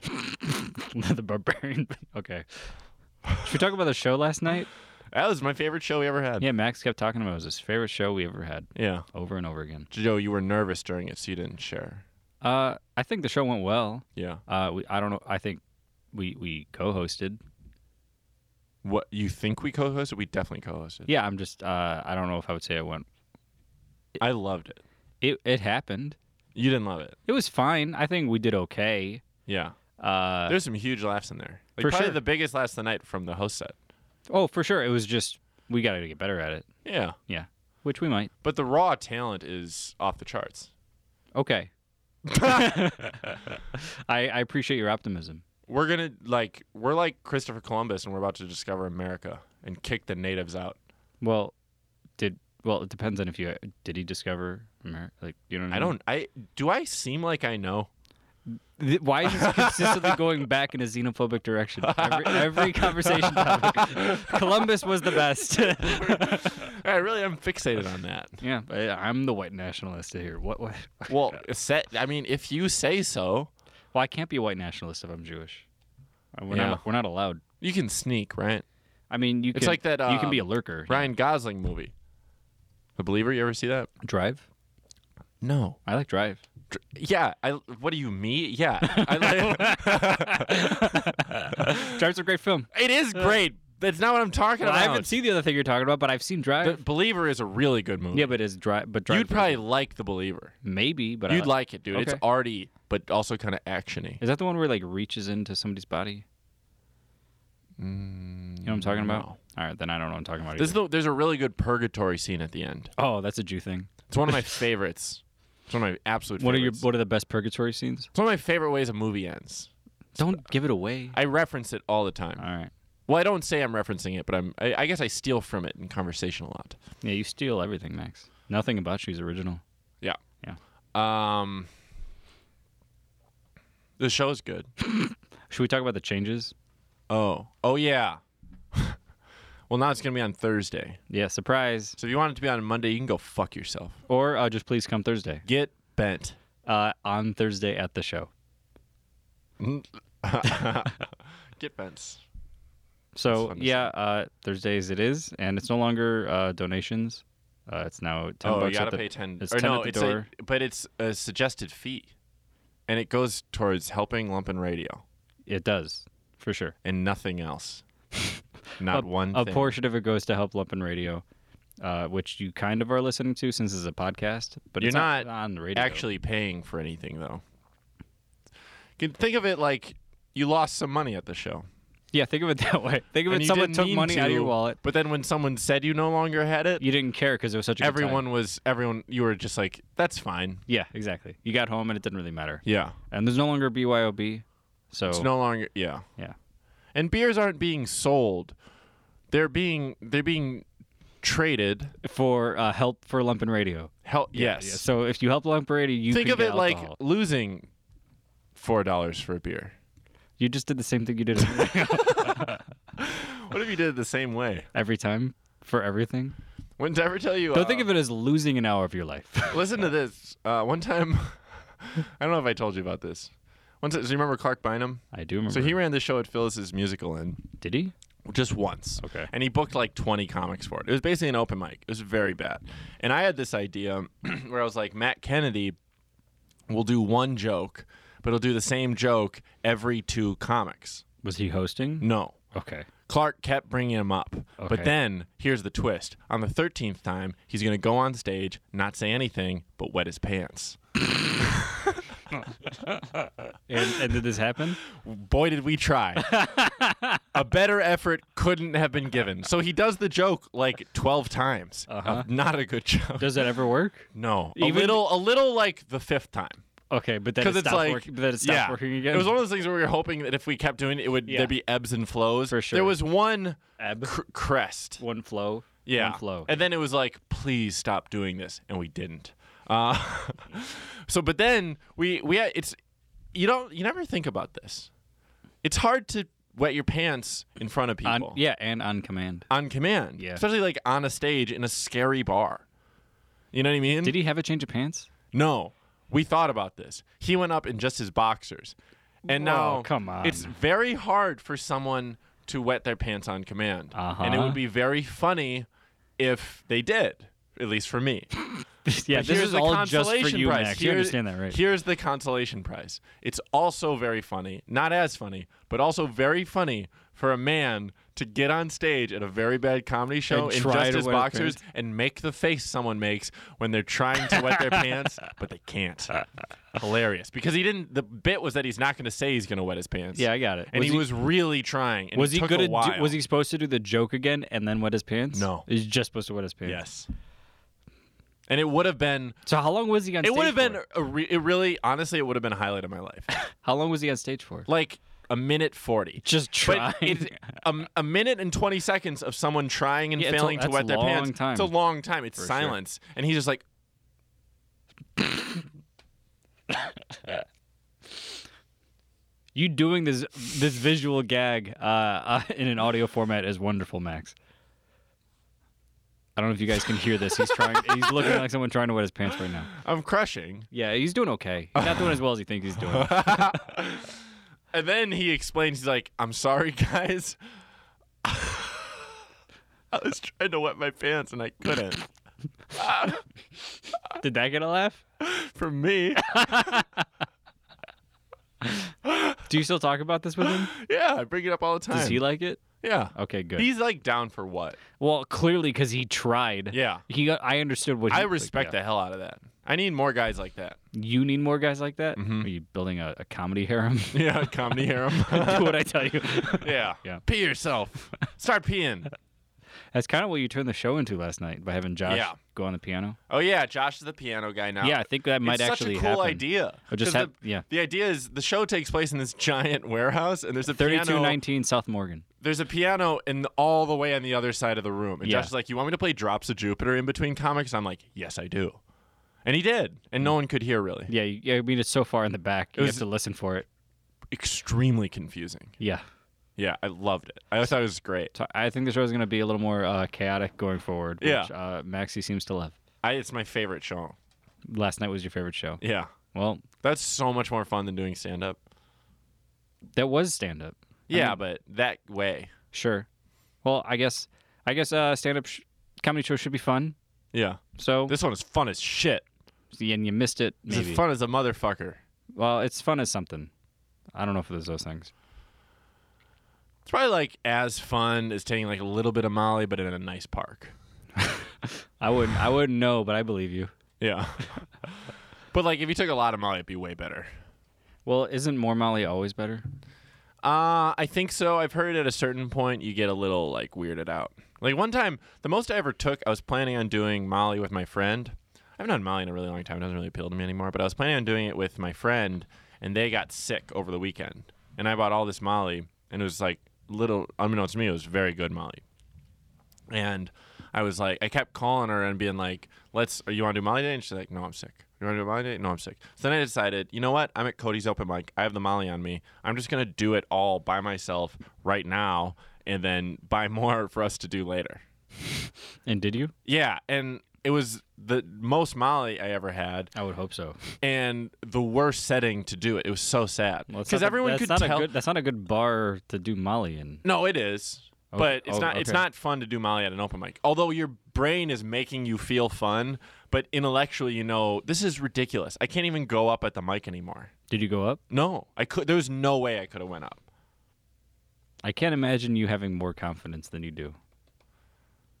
[SPEAKER 2] the barbarian. Okay, should we talk about the show last night?
[SPEAKER 1] That was my favorite show we ever had.
[SPEAKER 2] Yeah, Max kept talking about it. it was his favorite show we ever had,
[SPEAKER 1] yeah.
[SPEAKER 2] over and over again.
[SPEAKER 1] Joe, you were nervous during it, so you didn't share.
[SPEAKER 2] Uh, I think the show went well.
[SPEAKER 1] Yeah.
[SPEAKER 2] Uh, we, I don't know. I think we we co-hosted.
[SPEAKER 1] What you think we co-hosted? We definitely co-hosted.
[SPEAKER 2] Yeah, I'm just. Uh, I don't know if I would say it went.
[SPEAKER 1] I loved it.
[SPEAKER 2] It it happened.
[SPEAKER 1] You didn't love it.
[SPEAKER 2] It was fine. I think we did okay.
[SPEAKER 1] Yeah.
[SPEAKER 2] Uh,
[SPEAKER 1] There's some huge laughs in there. Like
[SPEAKER 2] For
[SPEAKER 1] probably
[SPEAKER 2] sure.
[SPEAKER 1] the biggest laughs of the night from the host set.
[SPEAKER 2] oh, for sure. It was just we got to get better at it,
[SPEAKER 1] Yeah.
[SPEAKER 2] which we might.
[SPEAKER 1] But the raw talent is off the charts.
[SPEAKER 2] Okay. I I appreciate your optimism.
[SPEAKER 1] We're gonna like we're like Christopher Columbus and we're about to discover America and kick the natives out.
[SPEAKER 2] Well, did well. It depends on if you did he discover America. Like you know. What
[SPEAKER 1] I don't I do I seem like I know?
[SPEAKER 2] Th- Why is this consistently going back in a xenophobic direction? Every, every conversation topic. Columbus was the best.
[SPEAKER 1] I really am fixated on that.
[SPEAKER 2] yeah, I, I'm the white nationalist here. What, what?
[SPEAKER 1] Well, set, I mean, if you say so,
[SPEAKER 2] Well, I can't be a white nationalist if I'm Jewish. Uh, We're,
[SPEAKER 1] Yeah.
[SPEAKER 2] not, we're not allowed.
[SPEAKER 1] you can sneak, right?
[SPEAKER 2] I mean, you
[SPEAKER 1] It's
[SPEAKER 2] can,
[SPEAKER 1] like that,
[SPEAKER 2] you can be a
[SPEAKER 1] um,
[SPEAKER 2] lurker.
[SPEAKER 1] Ryan Gosling movie, The Believer. You ever see that?
[SPEAKER 2] Drive?
[SPEAKER 1] No.
[SPEAKER 2] I like Drive.
[SPEAKER 1] Dr- Yeah, I. What do you mean? Yeah, I like.
[SPEAKER 2] Drive's a great film.
[SPEAKER 1] it is great. That's not what I'm talking
[SPEAKER 2] Uh, Well, I
[SPEAKER 1] about.
[SPEAKER 2] haven't seen the other thing you're talking about, but I've seen
[SPEAKER 1] The
[SPEAKER 2] Drive.
[SPEAKER 1] Believer is a really good movie.
[SPEAKER 2] yeah, but is Drive? But Drive
[SPEAKER 1] you'd probably like The Believer.
[SPEAKER 2] maybe, but I
[SPEAKER 1] you'd like it, dude. It's
[SPEAKER 2] Okay.
[SPEAKER 1] arty, but also kind of actiony.
[SPEAKER 2] Is that the one where like reaches into somebody's body? You know what I'm talking about?
[SPEAKER 1] Mm, no.
[SPEAKER 2] All right, then I don't know what I'm talking about.
[SPEAKER 1] There's
[SPEAKER 2] either.
[SPEAKER 1] the, there's a really good purgatory scene at the end.
[SPEAKER 2] Oh, that's a Jew thing.
[SPEAKER 1] It's one of my favorites. It's one of my absolute.
[SPEAKER 2] What are your
[SPEAKER 1] favorites.
[SPEAKER 2] What are the best purgatory scenes?
[SPEAKER 1] It's one of my favorite ways a movie ends.
[SPEAKER 2] Don't give it away.
[SPEAKER 1] I reference it all the time.
[SPEAKER 2] All right.
[SPEAKER 1] Well, I don't say I'm referencing it, but I'm. I, I guess I steal from it in conversation a lot.
[SPEAKER 2] Yeah, you steal everything, Max. Nothing about you is original.
[SPEAKER 1] Um, the show's good.
[SPEAKER 2] Should we talk about the changes?
[SPEAKER 1] Oh, oh yeah. well, now it's gonna be on Thursday.
[SPEAKER 2] Yeah, surprise.
[SPEAKER 1] So if you want it to be on Monday, you can go fuck yourself.
[SPEAKER 2] Or uh, just please come Thursday.
[SPEAKER 1] Get bent.
[SPEAKER 2] Uh, on Thursday at the show.
[SPEAKER 1] Get bent. That's
[SPEAKER 2] So
[SPEAKER 1] fun to
[SPEAKER 2] yeah, uh, Thursdays it is, and it's no longer uh, donations. Uh, it's now ten
[SPEAKER 1] Oh,
[SPEAKER 2] bucks
[SPEAKER 1] you gotta
[SPEAKER 2] at the
[SPEAKER 1] pay ten.
[SPEAKER 2] it's
[SPEAKER 1] or
[SPEAKER 2] 10
[SPEAKER 1] no,
[SPEAKER 2] at the
[SPEAKER 1] it's
[SPEAKER 2] door.
[SPEAKER 1] A, but it's a suggested fee, and it goes towards helping Lumpin' Radio
[SPEAKER 2] It does for sure.
[SPEAKER 1] and nothing else. Not
[SPEAKER 2] a,
[SPEAKER 1] one.
[SPEAKER 2] a
[SPEAKER 1] thing.
[SPEAKER 2] portion of it goes to help Lumpen Radio, uh, which you kind of are listening to since it's a podcast. But
[SPEAKER 1] You're
[SPEAKER 2] it's not,
[SPEAKER 1] not
[SPEAKER 2] on the radio.
[SPEAKER 1] actually paying for anything though. Can think of it like you lost some money at the show.
[SPEAKER 2] yeah, think of it that way. Think of
[SPEAKER 1] And
[SPEAKER 2] it.
[SPEAKER 1] you
[SPEAKER 2] Someone
[SPEAKER 1] didn't
[SPEAKER 2] took
[SPEAKER 1] mean
[SPEAKER 2] money out of your
[SPEAKER 1] to,
[SPEAKER 2] wallet.
[SPEAKER 1] But then when someone said you no longer had it,
[SPEAKER 2] You didn't care because it was such a good time.
[SPEAKER 1] everyone was everyone you were just like, That's fine.
[SPEAKER 2] Yeah, exactly. You got home and it didn't really matter.
[SPEAKER 1] Yeah.
[SPEAKER 2] And there's no longer BYOB, so
[SPEAKER 1] It's no longer yeah.
[SPEAKER 2] yeah.
[SPEAKER 1] And beers aren't being sold. They're being they're being traded.
[SPEAKER 2] For uh, help for Lumpen Radio.
[SPEAKER 1] Hell
[SPEAKER 2] Yeah,
[SPEAKER 1] yes.
[SPEAKER 2] yeah. So if you help Lumpen Radio, you
[SPEAKER 1] Think
[SPEAKER 2] can
[SPEAKER 1] of
[SPEAKER 2] get
[SPEAKER 1] it like
[SPEAKER 2] alcohol.
[SPEAKER 1] losing four dollars for a beer.
[SPEAKER 2] you just did the same thing you did
[SPEAKER 1] What if you did it the same way?
[SPEAKER 2] every time for everything.
[SPEAKER 1] Wouldn't I ever tell you
[SPEAKER 2] Don't think of it as losing an hour of your life.
[SPEAKER 1] Listen to this. Uh, one time, I don't know if I told you about this. Once, do you remember Clark Bynum?
[SPEAKER 2] I do remember.
[SPEAKER 1] So he ran the show at Phyllis's Musical Inn
[SPEAKER 2] did he?
[SPEAKER 1] just once.
[SPEAKER 2] Okay.
[SPEAKER 1] And he booked like 20 comics for it. It was basically an open mic. It was very bad. And I had this idea where I was like, Matt Kennedy will do one joke, but he'll do the same joke every two comics.
[SPEAKER 2] Was he hosting?
[SPEAKER 1] No.
[SPEAKER 2] Okay.
[SPEAKER 1] Clark kept bringing him up.
[SPEAKER 2] Okay.
[SPEAKER 1] But then here's the twist. On the 13th time, he's going to go on stage, not say anything, but wet his pants.
[SPEAKER 2] And, and did this happen?
[SPEAKER 1] boy did we try a better effort couldn't have been given so he does the joke like 12 times
[SPEAKER 2] Uh-huh.
[SPEAKER 1] not a good joke
[SPEAKER 2] Does that ever work?
[SPEAKER 1] no a
[SPEAKER 2] Even-
[SPEAKER 1] little a little like the fifth time
[SPEAKER 2] Okay, but then it
[SPEAKER 1] because it's
[SPEAKER 2] stopped
[SPEAKER 1] like
[SPEAKER 2] working. But then it stopped
[SPEAKER 1] yeah.
[SPEAKER 2] working again.
[SPEAKER 1] it was one of those things where we were hoping that if we kept doing it it would
[SPEAKER 2] Yeah.
[SPEAKER 1] there'd be ebbs and flows
[SPEAKER 2] For sure.
[SPEAKER 1] there was one
[SPEAKER 2] Ebb.
[SPEAKER 1] cr- crest
[SPEAKER 2] one flow.
[SPEAKER 1] yeah
[SPEAKER 2] One flow.
[SPEAKER 1] and then it was like please stop doing this and we didn't uh, so but then we we had- it's you don't you never think about this it's hard to wet your pants in front of people
[SPEAKER 2] On, yeah, and on command.
[SPEAKER 1] on command
[SPEAKER 2] Yeah.
[SPEAKER 1] especially like on a stage in a scary bar you know what i mean
[SPEAKER 2] Did he have a change of pants?
[SPEAKER 1] no we thought about this he went up in just his boxers and
[SPEAKER 2] Whoa,
[SPEAKER 1] now
[SPEAKER 2] come on.
[SPEAKER 1] it's very hard for someone to wet their pants on command and it
[SPEAKER 2] Uh-huh.
[SPEAKER 1] would be very funny if they did at least for me
[SPEAKER 2] yeah,
[SPEAKER 1] but
[SPEAKER 2] this
[SPEAKER 1] here's
[SPEAKER 2] is
[SPEAKER 1] the
[SPEAKER 2] all just
[SPEAKER 1] consolation
[SPEAKER 2] for you,
[SPEAKER 1] prize.
[SPEAKER 2] Max.
[SPEAKER 1] Here-
[SPEAKER 2] you understand that, right?
[SPEAKER 1] Here's the consolation prize. It's also very funny, not as funny, but also very funny for a man to get on stage at a very bad comedy show
[SPEAKER 2] And
[SPEAKER 1] in
[SPEAKER 2] try
[SPEAKER 1] just
[SPEAKER 2] to
[SPEAKER 1] his
[SPEAKER 2] wear his
[SPEAKER 1] boxers and make the face someone makes when they're trying to wet their pants, but they can't. Hilarious. Because he didn't. The bit was that he's not going to say he's going to wet his pants.
[SPEAKER 2] yeah, I got it.
[SPEAKER 1] and he, was really trying. And
[SPEAKER 2] Was
[SPEAKER 1] it
[SPEAKER 2] he
[SPEAKER 1] took
[SPEAKER 2] good
[SPEAKER 1] a
[SPEAKER 2] at?
[SPEAKER 1] while.
[SPEAKER 2] Do, was he supposed to do the joke again and then wet his pants?
[SPEAKER 1] No.
[SPEAKER 2] he's just supposed to wet his pants.
[SPEAKER 1] Yes. And it would have been.
[SPEAKER 2] So how long was he on?
[SPEAKER 1] It
[SPEAKER 2] stage
[SPEAKER 1] would have been
[SPEAKER 2] for?
[SPEAKER 1] a re- it really honestly it would have been a highlight of my life.
[SPEAKER 2] How long was he on stage for?
[SPEAKER 1] like a minute 40.
[SPEAKER 2] Just trying.
[SPEAKER 1] But it's a, a minute and 20 seconds of someone trying and
[SPEAKER 2] Yeah, it's a-
[SPEAKER 1] failing to
[SPEAKER 2] that's
[SPEAKER 1] wet their
[SPEAKER 2] long
[SPEAKER 1] pants.
[SPEAKER 2] time.
[SPEAKER 1] It's a long time. It's
[SPEAKER 2] sure.
[SPEAKER 1] silence. And he's just like,
[SPEAKER 2] You doing this this visual gag uh, uh, in an audio format is wonderful, Max. I don't know if you guys can hear this. He's trying. he's looking like someone trying to wet his pants right now.
[SPEAKER 1] I'm crushing.
[SPEAKER 2] Yeah, he's doing okay. He's not doing as well as he thinks he's doing.
[SPEAKER 1] And then he explains, he's like, I'm sorry, guys. I was trying to wet my pants and I couldn't.
[SPEAKER 2] Did that get a laugh?
[SPEAKER 1] For me,
[SPEAKER 2] Do you still talk about this with him?
[SPEAKER 1] yeah, I bring it up all the time.
[SPEAKER 2] Does he like it?
[SPEAKER 1] yeah.
[SPEAKER 2] Okay, good.
[SPEAKER 1] He's like down for what?
[SPEAKER 2] well, clearly because he tried.
[SPEAKER 1] Yeah.
[SPEAKER 2] He. Got, I understood what. He,
[SPEAKER 1] I respect the hell out of that. I need more guys like that. Mm-hmm.
[SPEAKER 2] that. You need more guys like that. Are you building a, a comedy harem?
[SPEAKER 1] Yeah, comedy harem.
[SPEAKER 2] Do what I tell you.
[SPEAKER 1] Yeah.
[SPEAKER 2] Yeah.
[SPEAKER 1] Pee yourself. Start peeing.
[SPEAKER 2] That's kind of what you turned the show into last night by having Josh
[SPEAKER 1] Yeah.
[SPEAKER 2] go on the piano.
[SPEAKER 1] Oh yeah, Josh is the piano guy now.
[SPEAKER 2] Yeah, I think that might
[SPEAKER 1] it's
[SPEAKER 2] actually
[SPEAKER 1] such a cool
[SPEAKER 2] happen.
[SPEAKER 1] idea.
[SPEAKER 2] Or just
[SPEAKER 1] 'Cause
[SPEAKER 2] have-
[SPEAKER 1] the,
[SPEAKER 2] yeah.
[SPEAKER 1] the idea is the show takes place in this giant warehouse, and there's a
[SPEAKER 2] Thirty-two
[SPEAKER 1] piano.
[SPEAKER 2] nineteen South Morgan.
[SPEAKER 1] There's a piano in the, all the way on the other side of the room, and
[SPEAKER 2] Yeah.
[SPEAKER 1] Josh is like, "You want me to play Drops of Jupiter in between comics?" I'm like, "Yes, I do," and he did, and
[SPEAKER 2] Mm.
[SPEAKER 1] no one could hear really.
[SPEAKER 2] Yeah, you- yeah. I mean, it's so far in the back. You
[SPEAKER 1] was-
[SPEAKER 2] have to listen for it.
[SPEAKER 1] Extremely confusing.
[SPEAKER 2] Yeah.
[SPEAKER 1] Yeah, I loved it. I thought it was great.
[SPEAKER 2] So I think the show is going to be a little more uh, chaotic going forward. Which,
[SPEAKER 1] Yeah.
[SPEAKER 2] Uh, Maxie seems to love.
[SPEAKER 1] I, it's my favorite show.
[SPEAKER 2] Last night was your favorite show.
[SPEAKER 1] Yeah,
[SPEAKER 2] Well,
[SPEAKER 1] that's so much more fun than doing stand up.
[SPEAKER 2] that was stand up.
[SPEAKER 1] Yeah, but that way.
[SPEAKER 2] Sure. Well, I guess I guess uh, stand up sh- comedy show should be fun.
[SPEAKER 1] Yeah,
[SPEAKER 2] So
[SPEAKER 1] this one is fun as shit.
[SPEAKER 2] and you missed it.
[SPEAKER 1] It's
[SPEAKER 2] Maybe.
[SPEAKER 1] as fun as a motherfucker.
[SPEAKER 2] Well, it's fun as something. I don't know if there's those things.
[SPEAKER 1] It's probably like as fun as taking like a little bit of Molly, but in a nice park.
[SPEAKER 2] I wouldn't. I wouldn't know, but I believe you.
[SPEAKER 1] Yeah. but like if you took a lot of Molly, it'd be way better.
[SPEAKER 2] Well, isn't more Molly always better?
[SPEAKER 1] Uh, I think so. I've heard at a certain point you get a little like weirded out. Like one time, the most I ever took, I was planning on doing Molly with my friend. I haven't done Molly in a really long time. It doesn't really appeal to me anymore. But I was planning on doing it with my friend, and they got sick over the weekend, and I bought all this Molly, and it was like little unbeknownst to me, it was very good Molly. And I was like, I kept calling her and being like, "Let's, are you want to do Molly Day?" And she's like, "No, I'm sick." You want to do Molly Day? No, I'm sick. So then I decided, you know what? I'm at Cody's open mic. I have the Molly on me. I'm just gonna do it all by myself right now, and then buy more for us to do later.
[SPEAKER 2] And did you?
[SPEAKER 1] Yeah, and it was the most Molly I ever had,
[SPEAKER 2] I would hope so.
[SPEAKER 1] and the worst setting to do it. It was so sad because
[SPEAKER 2] not a-
[SPEAKER 1] everyone
[SPEAKER 2] that's
[SPEAKER 1] could
[SPEAKER 2] not
[SPEAKER 1] tell.
[SPEAKER 2] A good, that's not a good bar to do Molly in.
[SPEAKER 1] No, it is.
[SPEAKER 2] Oh,
[SPEAKER 1] But it's
[SPEAKER 2] oh,
[SPEAKER 1] not it's
[SPEAKER 2] okay.
[SPEAKER 1] not fun to do Molly at an open mic. Although your brain is making you feel fun, but intellectually you know this is ridiculous. I can't even go up at the mic anymore.
[SPEAKER 2] Did you go up?
[SPEAKER 1] No, I could. There was no way I could have went up.
[SPEAKER 2] I can't imagine you having more confidence than you do.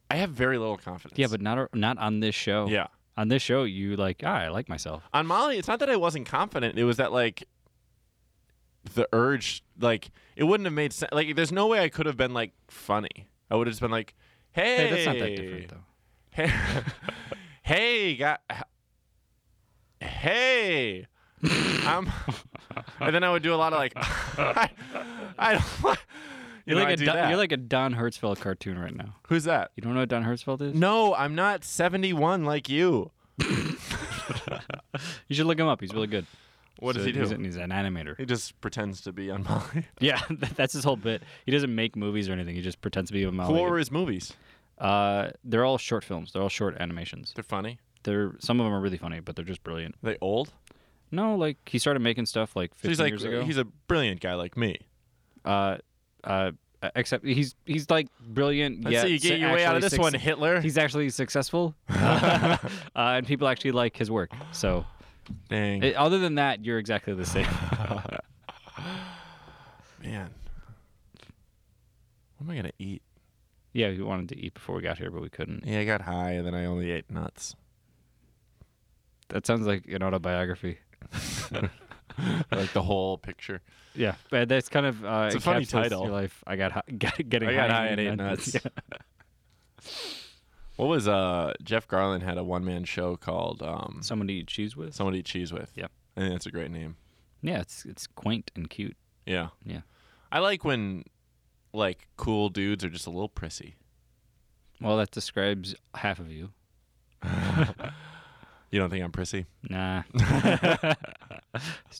[SPEAKER 1] I have very little confidence.
[SPEAKER 2] Yeah, but not not on this show.
[SPEAKER 1] yeah.
[SPEAKER 2] On this show, you like ah, I like myself.
[SPEAKER 1] On Molly, it's not that I wasn't confident. It was that like the urge, like it wouldn't have made sense. Like there's no way I could have been like funny. I would have just been like, hey,
[SPEAKER 2] Hey, that's not that different though.
[SPEAKER 1] Hey, hey, got, hey, I'm, and then I would do a lot of like, I, I don't, like- you
[SPEAKER 2] You're
[SPEAKER 1] know,
[SPEAKER 2] like,
[SPEAKER 1] I
[SPEAKER 2] a
[SPEAKER 1] do
[SPEAKER 2] Don,
[SPEAKER 1] that.
[SPEAKER 2] you're like a Don Hertzfeld cartoon right now.
[SPEAKER 1] who's that?
[SPEAKER 2] You don't know what Don Hertzfeld is?
[SPEAKER 1] No, I'm not 71 like you.
[SPEAKER 2] You should look him up. He's really good.
[SPEAKER 1] What does
[SPEAKER 2] So
[SPEAKER 1] he
[SPEAKER 2] He's,
[SPEAKER 1] do?
[SPEAKER 2] an- he's an animator.
[SPEAKER 1] He just pretends to be on Molly.
[SPEAKER 2] Yeah, that's his whole bit. He doesn't make movies or anything. He just pretends to be a
[SPEAKER 1] Who
[SPEAKER 2] Molly.
[SPEAKER 1] are his movies?
[SPEAKER 2] Uh, they're all short films. They're all short animations.
[SPEAKER 1] They're funny.
[SPEAKER 2] They're some of them are really funny, but they're just brilliant.
[SPEAKER 1] Are they old?
[SPEAKER 2] No, like he started making stuff like 15
[SPEAKER 1] So he's like,
[SPEAKER 2] years ago.
[SPEAKER 1] he's a brilliant guy like me.
[SPEAKER 2] uh, uh, except he's he's like brilliant.
[SPEAKER 1] Let's
[SPEAKER 2] yet
[SPEAKER 1] see you
[SPEAKER 2] su-
[SPEAKER 1] get your way out of this
[SPEAKER 2] actually
[SPEAKER 1] one,
[SPEAKER 2] suc-
[SPEAKER 1] Hitler.
[SPEAKER 2] He's actually successful, uh, and people actually like his work. So,
[SPEAKER 1] Dang,
[SPEAKER 2] it, other than that, you're exactly the same.
[SPEAKER 1] man. What am I gonna eat?
[SPEAKER 2] yeah, we wanted to eat before we got here, but we couldn't.
[SPEAKER 1] Yeah, I got high and then I only ate nuts.
[SPEAKER 2] That sounds like an autobiography.
[SPEAKER 1] like the whole picture.
[SPEAKER 2] Yeah, but that's kind of uh,
[SPEAKER 1] It's a funny
[SPEAKER 2] encapsulates
[SPEAKER 1] title.
[SPEAKER 2] Your life. I got, hi- got getting
[SPEAKER 1] I got
[SPEAKER 2] high
[SPEAKER 1] high and
[SPEAKER 2] eating
[SPEAKER 1] ate nuts. What was uh Jeff Garland had a one man show called um
[SPEAKER 2] Someone to eat cheese with.
[SPEAKER 1] Someone to Eat Cheese with.
[SPEAKER 2] Yep.
[SPEAKER 1] I think that's a great name.
[SPEAKER 2] Yeah, it's it's quaint and cute.
[SPEAKER 1] Yeah.
[SPEAKER 2] Yeah.
[SPEAKER 1] I like when like cool dudes are just a little prissy.
[SPEAKER 2] Well, that describes half of you.
[SPEAKER 1] You don't think I'm prissy?
[SPEAKER 2] Nah.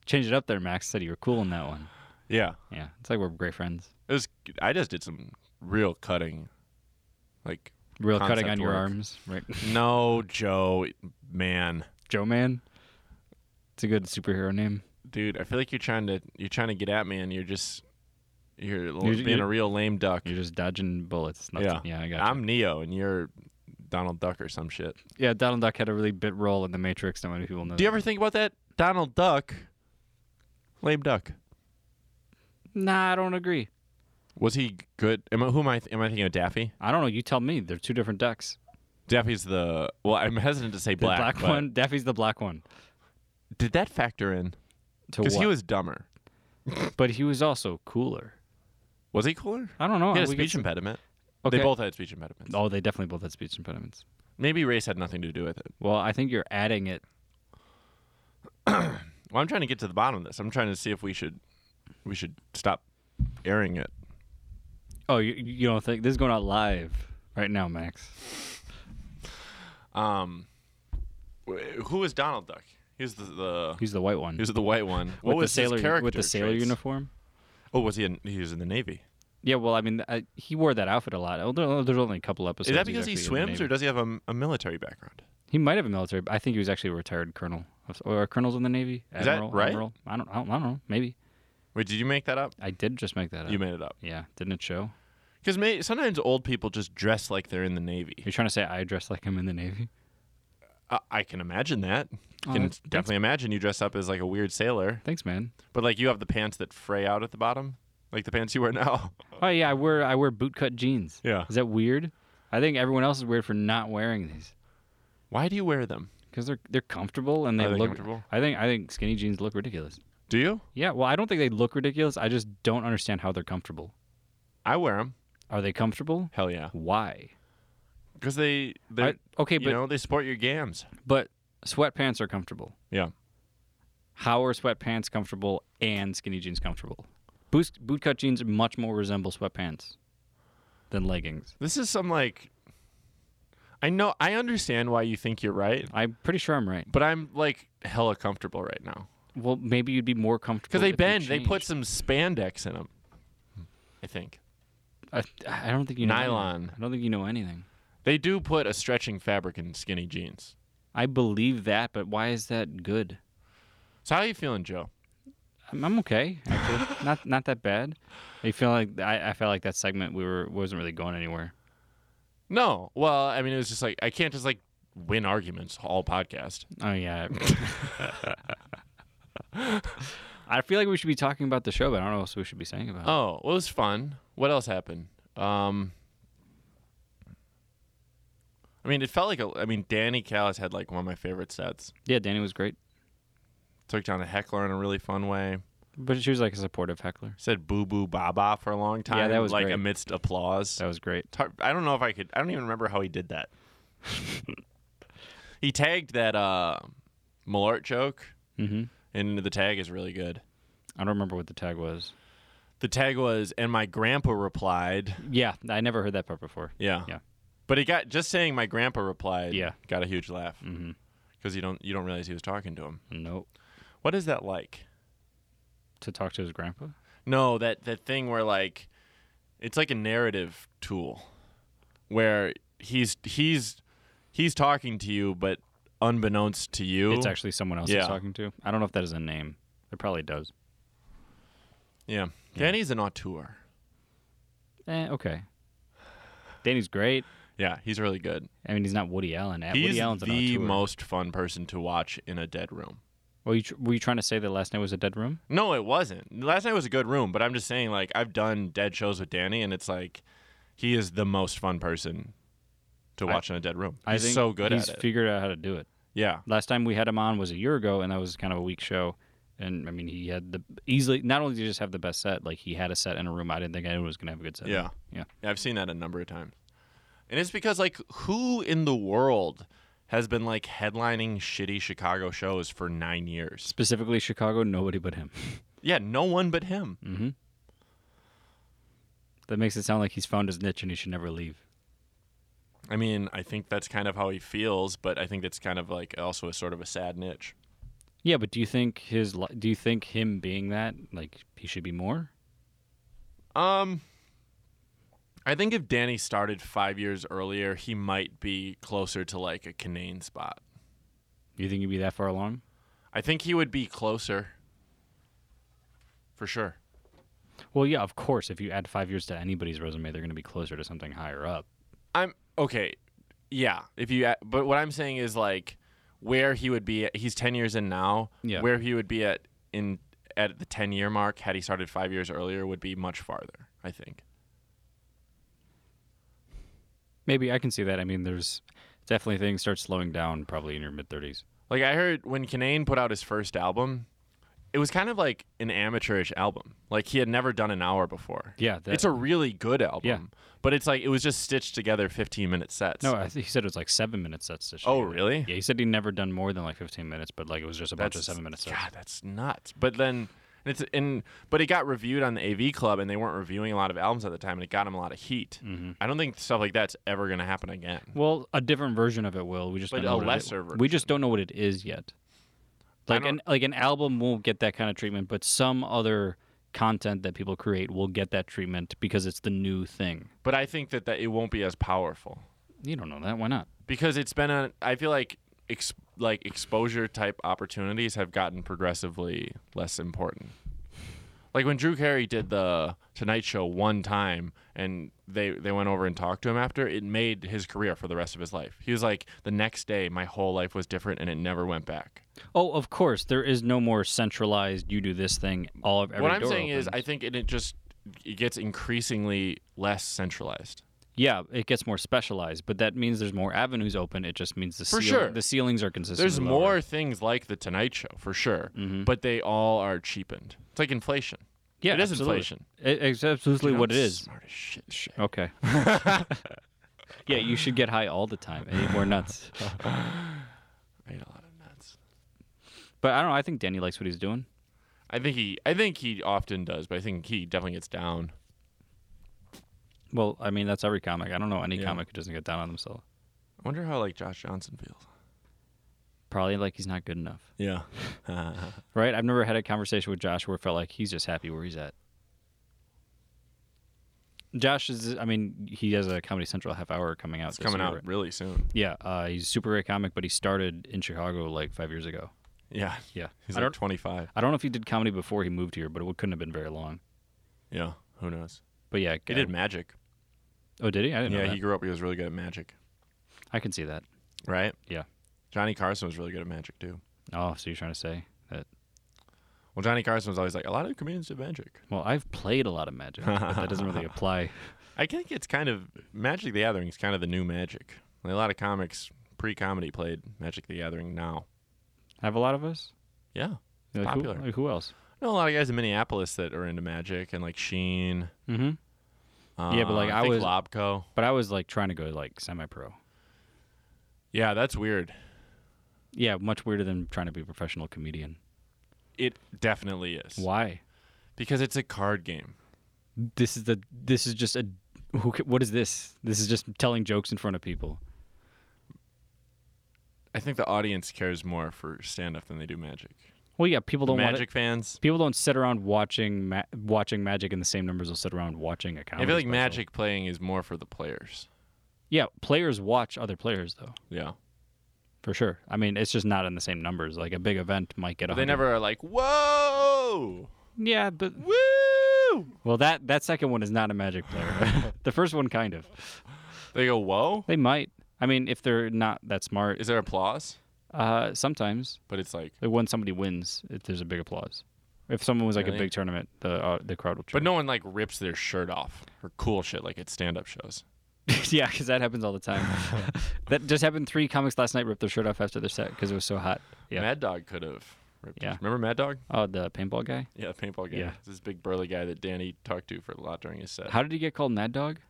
[SPEAKER 2] Change it up there, Max. Said you were cool in that one.
[SPEAKER 1] Yeah.
[SPEAKER 2] Yeah, it's like we're great friends.
[SPEAKER 1] It was I just did some real cutting. Like
[SPEAKER 2] Real cutting
[SPEAKER 1] Concept
[SPEAKER 2] on your
[SPEAKER 1] work.
[SPEAKER 2] arms, right?
[SPEAKER 1] no Joe man.
[SPEAKER 2] Joe Man. It's a good superhero name.
[SPEAKER 1] Dude, I feel like you're trying to you're trying to get at me and you're just you're, l-
[SPEAKER 2] You're-
[SPEAKER 1] being
[SPEAKER 2] you're-
[SPEAKER 1] a real lame duck.
[SPEAKER 2] You're just dodging bullets. Nothing.
[SPEAKER 1] Yeah.
[SPEAKER 2] yeah, I got. you.
[SPEAKER 1] I'm Neo and you're Donald Duck or some shit.
[SPEAKER 2] Yeah, Donald Duck had a really bit role in the Matrix. Not many people know.
[SPEAKER 1] Do you
[SPEAKER 2] that.
[SPEAKER 1] ever think about that? Donald Duck. Lame Duck.
[SPEAKER 2] Nah, I don't agree.
[SPEAKER 1] Was he good? Am I, who am I? Am I thinking of Daffy?
[SPEAKER 2] I don't know. You tell me. They're two different ducks.
[SPEAKER 1] Daffy's the. Well, I'm hesitant to say
[SPEAKER 2] The
[SPEAKER 1] black.
[SPEAKER 2] black
[SPEAKER 1] but
[SPEAKER 2] one. Daffy's the black one.
[SPEAKER 1] Did that factor in?
[SPEAKER 2] To
[SPEAKER 1] Because
[SPEAKER 2] what?
[SPEAKER 1] he was dumber.
[SPEAKER 2] but he was also cooler.
[SPEAKER 1] Was he cooler?
[SPEAKER 2] I don't know.
[SPEAKER 1] He had a
[SPEAKER 2] We could-
[SPEAKER 1] speech impediment.
[SPEAKER 2] Okay.
[SPEAKER 1] They both had speech impediments.
[SPEAKER 2] Oh, they definitely both had speech impediments.
[SPEAKER 1] Maybe race had nothing to do with it.
[SPEAKER 2] Well, I think you're adding it.
[SPEAKER 1] Well, I'm trying to get to the bottom of this. I'm trying to see if we should we should stop airing it.
[SPEAKER 2] Oh, you, you don't think this is going out live right now, Max?
[SPEAKER 1] Um, wh- who was Donald Duck? He was the, the
[SPEAKER 2] He's the white one
[SPEAKER 1] he was the white one. What
[SPEAKER 2] with
[SPEAKER 1] was
[SPEAKER 2] the sailor
[SPEAKER 1] his character
[SPEAKER 2] with the sailor
[SPEAKER 1] traits?
[SPEAKER 2] uniform.
[SPEAKER 1] Oh, was he? In, he was in the navy.
[SPEAKER 2] Yeah, well, I mean, I, he wore that outfit a lot. Oh, there- There's only a couple episodes.
[SPEAKER 1] Is that
[SPEAKER 2] he's
[SPEAKER 1] because he
[SPEAKER 2] actually in the
[SPEAKER 1] swims, or
[SPEAKER 2] Navy.
[SPEAKER 1] does he have a, a military background?
[SPEAKER 2] he might have a military? I think he was actually a retired colonel or a colonel's in the navy.
[SPEAKER 1] Is that
[SPEAKER 2] Admiral,
[SPEAKER 1] right?
[SPEAKER 2] Admiral. I don't. I don't, I don't know. Maybe
[SPEAKER 1] Wait, did you make that up?
[SPEAKER 2] I did just make that up.
[SPEAKER 1] You made it up.
[SPEAKER 2] yeah, didn't it show?
[SPEAKER 1] Because may- sometimes old people just dress like they're in the navy.
[SPEAKER 2] You're trying to say I dress like I'm in the navy?
[SPEAKER 1] I, I can imagine that.
[SPEAKER 2] Oh,
[SPEAKER 1] I can
[SPEAKER 2] that's- that's-
[SPEAKER 1] definitely imagine you dress up as like a weird sailor,
[SPEAKER 2] Thanks, man.
[SPEAKER 1] but like you have the pants that fray out at the bottom, like the pants you wear now.
[SPEAKER 2] Oh yeah, I wear I wear bootcut jeans.
[SPEAKER 1] Yeah.
[SPEAKER 2] Is that weird? I think everyone else is weird for not wearing these
[SPEAKER 1] Why do you wear them?
[SPEAKER 2] because they're they're comfortable and they
[SPEAKER 1] Are they
[SPEAKER 2] look.
[SPEAKER 1] comfortable?
[SPEAKER 2] I think I think skinny jeans look ridiculous.
[SPEAKER 1] Do you?
[SPEAKER 2] Yeah, well, I don't think they look ridiculous. I just don't understand how they're comfortable.
[SPEAKER 1] I wear them.
[SPEAKER 2] Are they comfortable?
[SPEAKER 1] Hell yeah.
[SPEAKER 2] Why?
[SPEAKER 1] Because they, they,
[SPEAKER 2] I- okay,
[SPEAKER 1] you
[SPEAKER 2] but
[SPEAKER 1] know, they support your gams.
[SPEAKER 2] but sweatpants are comfortable.
[SPEAKER 1] Yeah.
[SPEAKER 2] How are sweatpants comfortable and skinny jeans comfortable? Boot bootcut jeans much more resemble sweatpants than leggings.
[SPEAKER 1] This is some like. I know. I understand why you think you're right,
[SPEAKER 2] I'm pretty sure I'm right.
[SPEAKER 1] but I'm like hella comfortable right now
[SPEAKER 2] Well, maybe you'd be more comfortable
[SPEAKER 1] because they
[SPEAKER 2] if you
[SPEAKER 1] bend. They put
[SPEAKER 2] changed.
[SPEAKER 1] some spandex in them. I think
[SPEAKER 2] I, I don't think you know anything.
[SPEAKER 1] Nylon.
[SPEAKER 2] I don't think you know anything.
[SPEAKER 1] they do put a stretching fabric in skinny jeans.
[SPEAKER 2] I believe that, but why is that good?
[SPEAKER 1] So how you feeling, Joe?
[SPEAKER 2] I'm, I'm okay, actually. not not that bad. I feel like I, I felt like that segment we were wasn't really going anywhere.
[SPEAKER 1] No. Well, I mean, it was just like I can't just like win arguments all podcast.
[SPEAKER 2] Oh yeah. I feel like we should be talking about the show, but I don't know what else we should be saying about. it.
[SPEAKER 1] Oh, well, it was fun. What else happened? Um, I mean, it felt like a, I mean, Danny Callis had like one of my favorite sets.
[SPEAKER 2] Yeah, Danny was great,
[SPEAKER 1] Took down a heckler in a really fun way.
[SPEAKER 2] but she was like a supportive heckler.
[SPEAKER 1] Said "boo boo ba ba" for a long time.
[SPEAKER 2] that was
[SPEAKER 1] like
[SPEAKER 2] great.
[SPEAKER 1] amidst applause.
[SPEAKER 2] That was great.
[SPEAKER 1] It's hard- I don't know if I could. I don't even remember how he did that. he tagged that uh, Malort joke,
[SPEAKER 2] hmm
[SPEAKER 1] and the tag is really good.
[SPEAKER 2] I don't remember what the tag was.
[SPEAKER 1] The tag was, and my grandpa replied.
[SPEAKER 2] Yeah, I never heard that part before.
[SPEAKER 1] Yeah.
[SPEAKER 2] Yeah.
[SPEAKER 1] But he got just saying my grandpa replied.
[SPEAKER 2] Yeah.
[SPEAKER 1] Got a huge laugh
[SPEAKER 2] Mm-hmm.
[SPEAKER 1] because you don't you don't realize he was talking to him.
[SPEAKER 2] Nope.
[SPEAKER 1] What is that like?
[SPEAKER 2] To talk to his grandpa.
[SPEAKER 1] No, that that thing where like it's like a narrative tool where he's he's he's talking to you but unbeknownst to you.
[SPEAKER 2] It's actually someone else he's
[SPEAKER 1] Yeah.
[SPEAKER 2] talking to. I don't know if that is a name. It probably does.
[SPEAKER 1] yeah. Danny's an auteur.
[SPEAKER 2] Eh, okay. Danny's great.
[SPEAKER 1] Yeah, he's really good.
[SPEAKER 2] I mean, he's not Woody Allen. Eh,
[SPEAKER 1] he's
[SPEAKER 2] Woody Allen's an
[SPEAKER 1] the
[SPEAKER 2] auteur.
[SPEAKER 1] most fun person to watch in a dead room.
[SPEAKER 2] Were you, tr- were you trying to say that last night was a dead room?
[SPEAKER 1] No, it wasn't. Last night was a good room, but I'm just saying, like, I've done dead shows with Danny, and it's like he is the most fun person to
[SPEAKER 2] I-
[SPEAKER 1] watch in a dead room.
[SPEAKER 2] I
[SPEAKER 1] he's
[SPEAKER 2] think
[SPEAKER 1] so good
[SPEAKER 2] he's
[SPEAKER 1] at it.
[SPEAKER 2] figured out how to do it.
[SPEAKER 1] yeah,
[SPEAKER 2] Last time we had him on was a year ago, and that was kind of a weak show. And I mean, he had the easily. Not only did he just have the best set, like he had a set in a room I didn't think anyone was gonna have a good set. in.
[SPEAKER 1] Yeah.
[SPEAKER 2] yeah.
[SPEAKER 1] I've seen that a number of times, and it's because like who in the world has been like headlining shitty Chicago shows for nine years?
[SPEAKER 2] Specifically, Chicago, nobody but him.
[SPEAKER 1] Yeah, no one but him.
[SPEAKER 2] Mm-hmm. That makes it sound like he's found his niche and he should never leave.
[SPEAKER 1] I mean, I think that's kind of how he feels, but I think that's kind of like also a sort of a sad niche.
[SPEAKER 2] Yeah, but do you think his? li- Do you think him being that like he should be more?
[SPEAKER 1] Um, I think if Danny started five years earlier, he might be closer to like a Canaan spot.
[SPEAKER 2] Do you think he'd be that far along?
[SPEAKER 1] I think he would be closer. For sure.
[SPEAKER 2] Well, yeah, of course. If you add five years to anybody's resume, they're going to be closer to something higher up.
[SPEAKER 1] I'm okay. Yeah. If you, but what I'm saying is like where he would be. At, he's ten years in now.
[SPEAKER 2] Yeah.
[SPEAKER 1] Where he would be at in at the ten year mark had he started five years earlier would be much farther. I think.
[SPEAKER 2] Maybe I can see that. I mean, there's definitely things start slowing down probably in your mid 30s.
[SPEAKER 1] Like I heard when Kanane put out his first album, it was kind of like an amateurish album. Like he had never done an hour before.
[SPEAKER 2] Yeah, that-
[SPEAKER 1] it's a really good album.
[SPEAKER 2] Yeah.
[SPEAKER 1] But it's like it was just stitched together 15 minute sets.
[SPEAKER 2] No, I think he said it was like seven minute sets this
[SPEAKER 1] Oh,
[SPEAKER 2] year.
[SPEAKER 1] really?
[SPEAKER 2] Yeah, he said he'd never done more than like 15 minutes, but like it was just a bunch of seven minute sets.
[SPEAKER 1] God, that's nuts. But then and it's in but it got reviewed on the AV Club and they weren't reviewing a lot of albums at the time and it got him a lot of heat.
[SPEAKER 2] Mm-hmm.
[SPEAKER 1] I don't think stuff like that's ever going to happen again.
[SPEAKER 2] Well, a different version of it will. We just
[SPEAKER 1] But
[SPEAKER 2] don't know
[SPEAKER 1] a
[SPEAKER 2] what it-
[SPEAKER 1] lesser
[SPEAKER 2] We just don't know what it is yet. Like
[SPEAKER 1] don't-
[SPEAKER 2] an like an album won't get that kind of treatment, but some other content that people create will get that treatment because it's the new thing.
[SPEAKER 1] But I think that, that it won't be as powerful
[SPEAKER 2] You don't know that. Why not?
[SPEAKER 1] because it's been a I feel like ex, like exposure type opportunities have gotten progressively less important. Like when Drew Carey did the Tonight Show one time and they they went over and talked to him after, it made his career for the rest of his life. He was like, the next day my whole life was different and it never went back.
[SPEAKER 2] Oh, of course, there is no more centralized. You do this thing. All of every
[SPEAKER 1] what I'm
[SPEAKER 2] door
[SPEAKER 1] saying is
[SPEAKER 2] opens.
[SPEAKER 1] I think it, it just it gets increasingly less centralized.
[SPEAKER 2] yeah, it gets more specialized, but that means there's more avenues open. It just means the
[SPEAKER 1] For
[SPEAKER 2] ceil-
[SPEAKER 1] sure.
[SPEAKER 2] the ceilings are consistent.
[SPEAKER 1] There's more things like the Tonight Show for sure, but they all are cheapened. It's like inflation.
[SPEAKER 2] Mm-hmm. Yeah,
[SPEAKER 1] it is
[SPEAKER 2] absolutely.
[SPEAKER 1] inflation.
[SPEAKER 2] It, it's absolutely what it
[SPEAKER 1] I'm
[SPEAKER 2] is.
[SPEAKER 1] Smart as shit. shit.
[SPEAKER 2] Okay. yeah, you should get high all the time and eat more nuts.
[SPEAKER 1] I ate a lot of nuts.
[SPEAKER 2] But I don't know. I think Danny likes what he's doing.
[SPEAKER 1] I think he. I think he often does, but I think he definitely gets down.
[SPEAKER 2] Well, I mean, that's every comic. I don't know any
[SPEAKER 1] Yeah.
[SPEAKER 2] comic who doesn't get down on themselves.
[SPEAKER 1] I wonder how like Josh Johnson feels.
[SPEAKER 2] Probably like he's not good enough,
[SPEAKER 1] Yeah.
[SPEAKER 2] right? I've never had a conversation with Josh where it felt like he's just happy where he's at. Josh is, I mean, he has a Comedy Central half hour coming out.
[SPEAKER 1] It's
[SPEAKER 2] this
[SPEAKER 1] coming
[SPEAKER 2] year,
[SPEAKER 1] out
[SPEAKER 2] right?
[SPEAKER 1] really soon.
[SPEAKER 2] Yeah, uh, he's a super great comic, but he started in Chicago like five years ago.
[SPEAKER 1] Yeah.
[SPEAKER 2] Yeah,
[SPEAKER 1] He's
[SPEAKER 2] I
[SPEAKER 1] like
[SPEAKER 2] don't,
[SPEAKER 1] 25.
[SPEAKER 2] I don't know if he did comedy before he moved here, but it couldn't have been very long.
[SPEAKER 1] Yeah. Who knows?
[SPEAKER 2] But yeah,
[SPEAKER 1] He did magic.
[SPEAKER 2] Oh, did he? I didn't know
[SPEAKER 1] Yeah.
[SPEAKER 2] that.
[SPEAKER 1] He grew up. He was really good at magic.
[SPEAKER 2] I can see that.
[SPEAKER 1] Right.
[SPEAKER 2] Yeah.
[SPEAKER 1] Johnny Carson was really good at magic too.
[SPEAKER 2] Oh, so you're trying to say that?
[SPEAKER 1] Well, Johnny Carson was always like, a lot of comedians do magic.
[SPEAKER 2] Well, I've played a lot of Magic, but that doesn't really apply.
[SPEAKER 1] I think it's kind of Magic the Gathering is kind of the new Magic. Like, a lot of comics pre-comedy played Magic the Gathering now.
[SPEAKER 2] Have a lot of us?
[SPEAKER 1] Yeah.
[SPEAKER 2] Like, who-
[SPEAKER 1] Popular.
[SPEAKER 2] like, who else?
[SPEAKER 1] I know a lot of guys in Minneapolis that are into Magic and like Sheen.
[SPEAKER 2] Mm-hmm. Yeah, but,
[SPEAKER 1] uh,
[SPEAKER 2] like, I
[SPEAKER 1] think
[SPEAKER 2] was-
[SPEAKER 1] Lobco.
[SPEAKER 2] But I was like trying to go like semi-pro.
[SPEAKER 1] Yeah, that's weird.
[SPEAKER 2] Yeah, much weirder than trying to be a professional comedian.
[SPEAKER 1] It definitely is
[SPEAKER 2] Why?
[SPEAKER 1] because it's a card game.
[SPEAKER 2] This is the. This is just a. Who? ca- What is this? This is just telling jokes in front of people.
[SPEAKER 1] I think the audience cares more for stand-up than they do Magic.
[SPEAKER 2] Well, yeah, people don't want
[SPEAKER 1] magic
[SPEAKER 2] it.
[SPEAKER 1] fans.
[SPEAKER 2] People don't sit around watching ma- watching Magic, and the same numbers will sit around watching a comedy.
[SPEAKER 1] I feel like
[SPEAKER 2] special.
[SPEAKER 1] Magic playing is more for the players.
[SPEAKER 2] Yeah, players watch other players though.
[SPEAKER 1] Yeah,
[SPEAKER 2] For sure. I mean, it's just not in the same numbers. Like a big event might get.
[SPEAKER 1] but they
[SPEAKER 2] 100.
[SPEAKER 1] never are like, whoa,
[SPEAKER 2] Yeah, but
[SPEAKER 1] woo.
[SPEAKER 2] well, that that second one is not a magic player. the first one, kind of.
[SPEAKER 1] They go, whoa.
[SPEAKER 2] They might. I mean, if they're not that smart,
[SPEAKER 1] Is there applause?
[SPEAKER 2] uh, sometimes
[SPEAKER 1] But it's like,
[SPEAKER 2] like, when somebody wins, if there's a big applause. If someone was like
[SPEAKER 1] Really?
[SPEAKER 2] a big tournament, the uh, the crowd will.
[SPEAKER 1] but
[SPEAKER 2] Cheer.
[SPEAKER 1] no one like rips their shirt off or cool shit like at stand-up shows.
[SPEAKER 2] yeah, because that happens all the time. that just happened. Three comics last night ripped their shirt off after their set because it was so hot. Yeah.
[SPEAKER 1] Mad Dog could have. ripped
[SPEAKER 2] Yeah.
[SPEAKER 1] his- Remember Mad Dog?
[SPEAKER 2] oh, the paintball guy.
[SPEAKER 1] Yeah, the paintball guy.
[SPEAKER 2] Yeah.
[SPEAKER 1] This big burly guy that Danny talked to for a lot during his set.
[SPEAKER 2] How did he get called Mad Dog?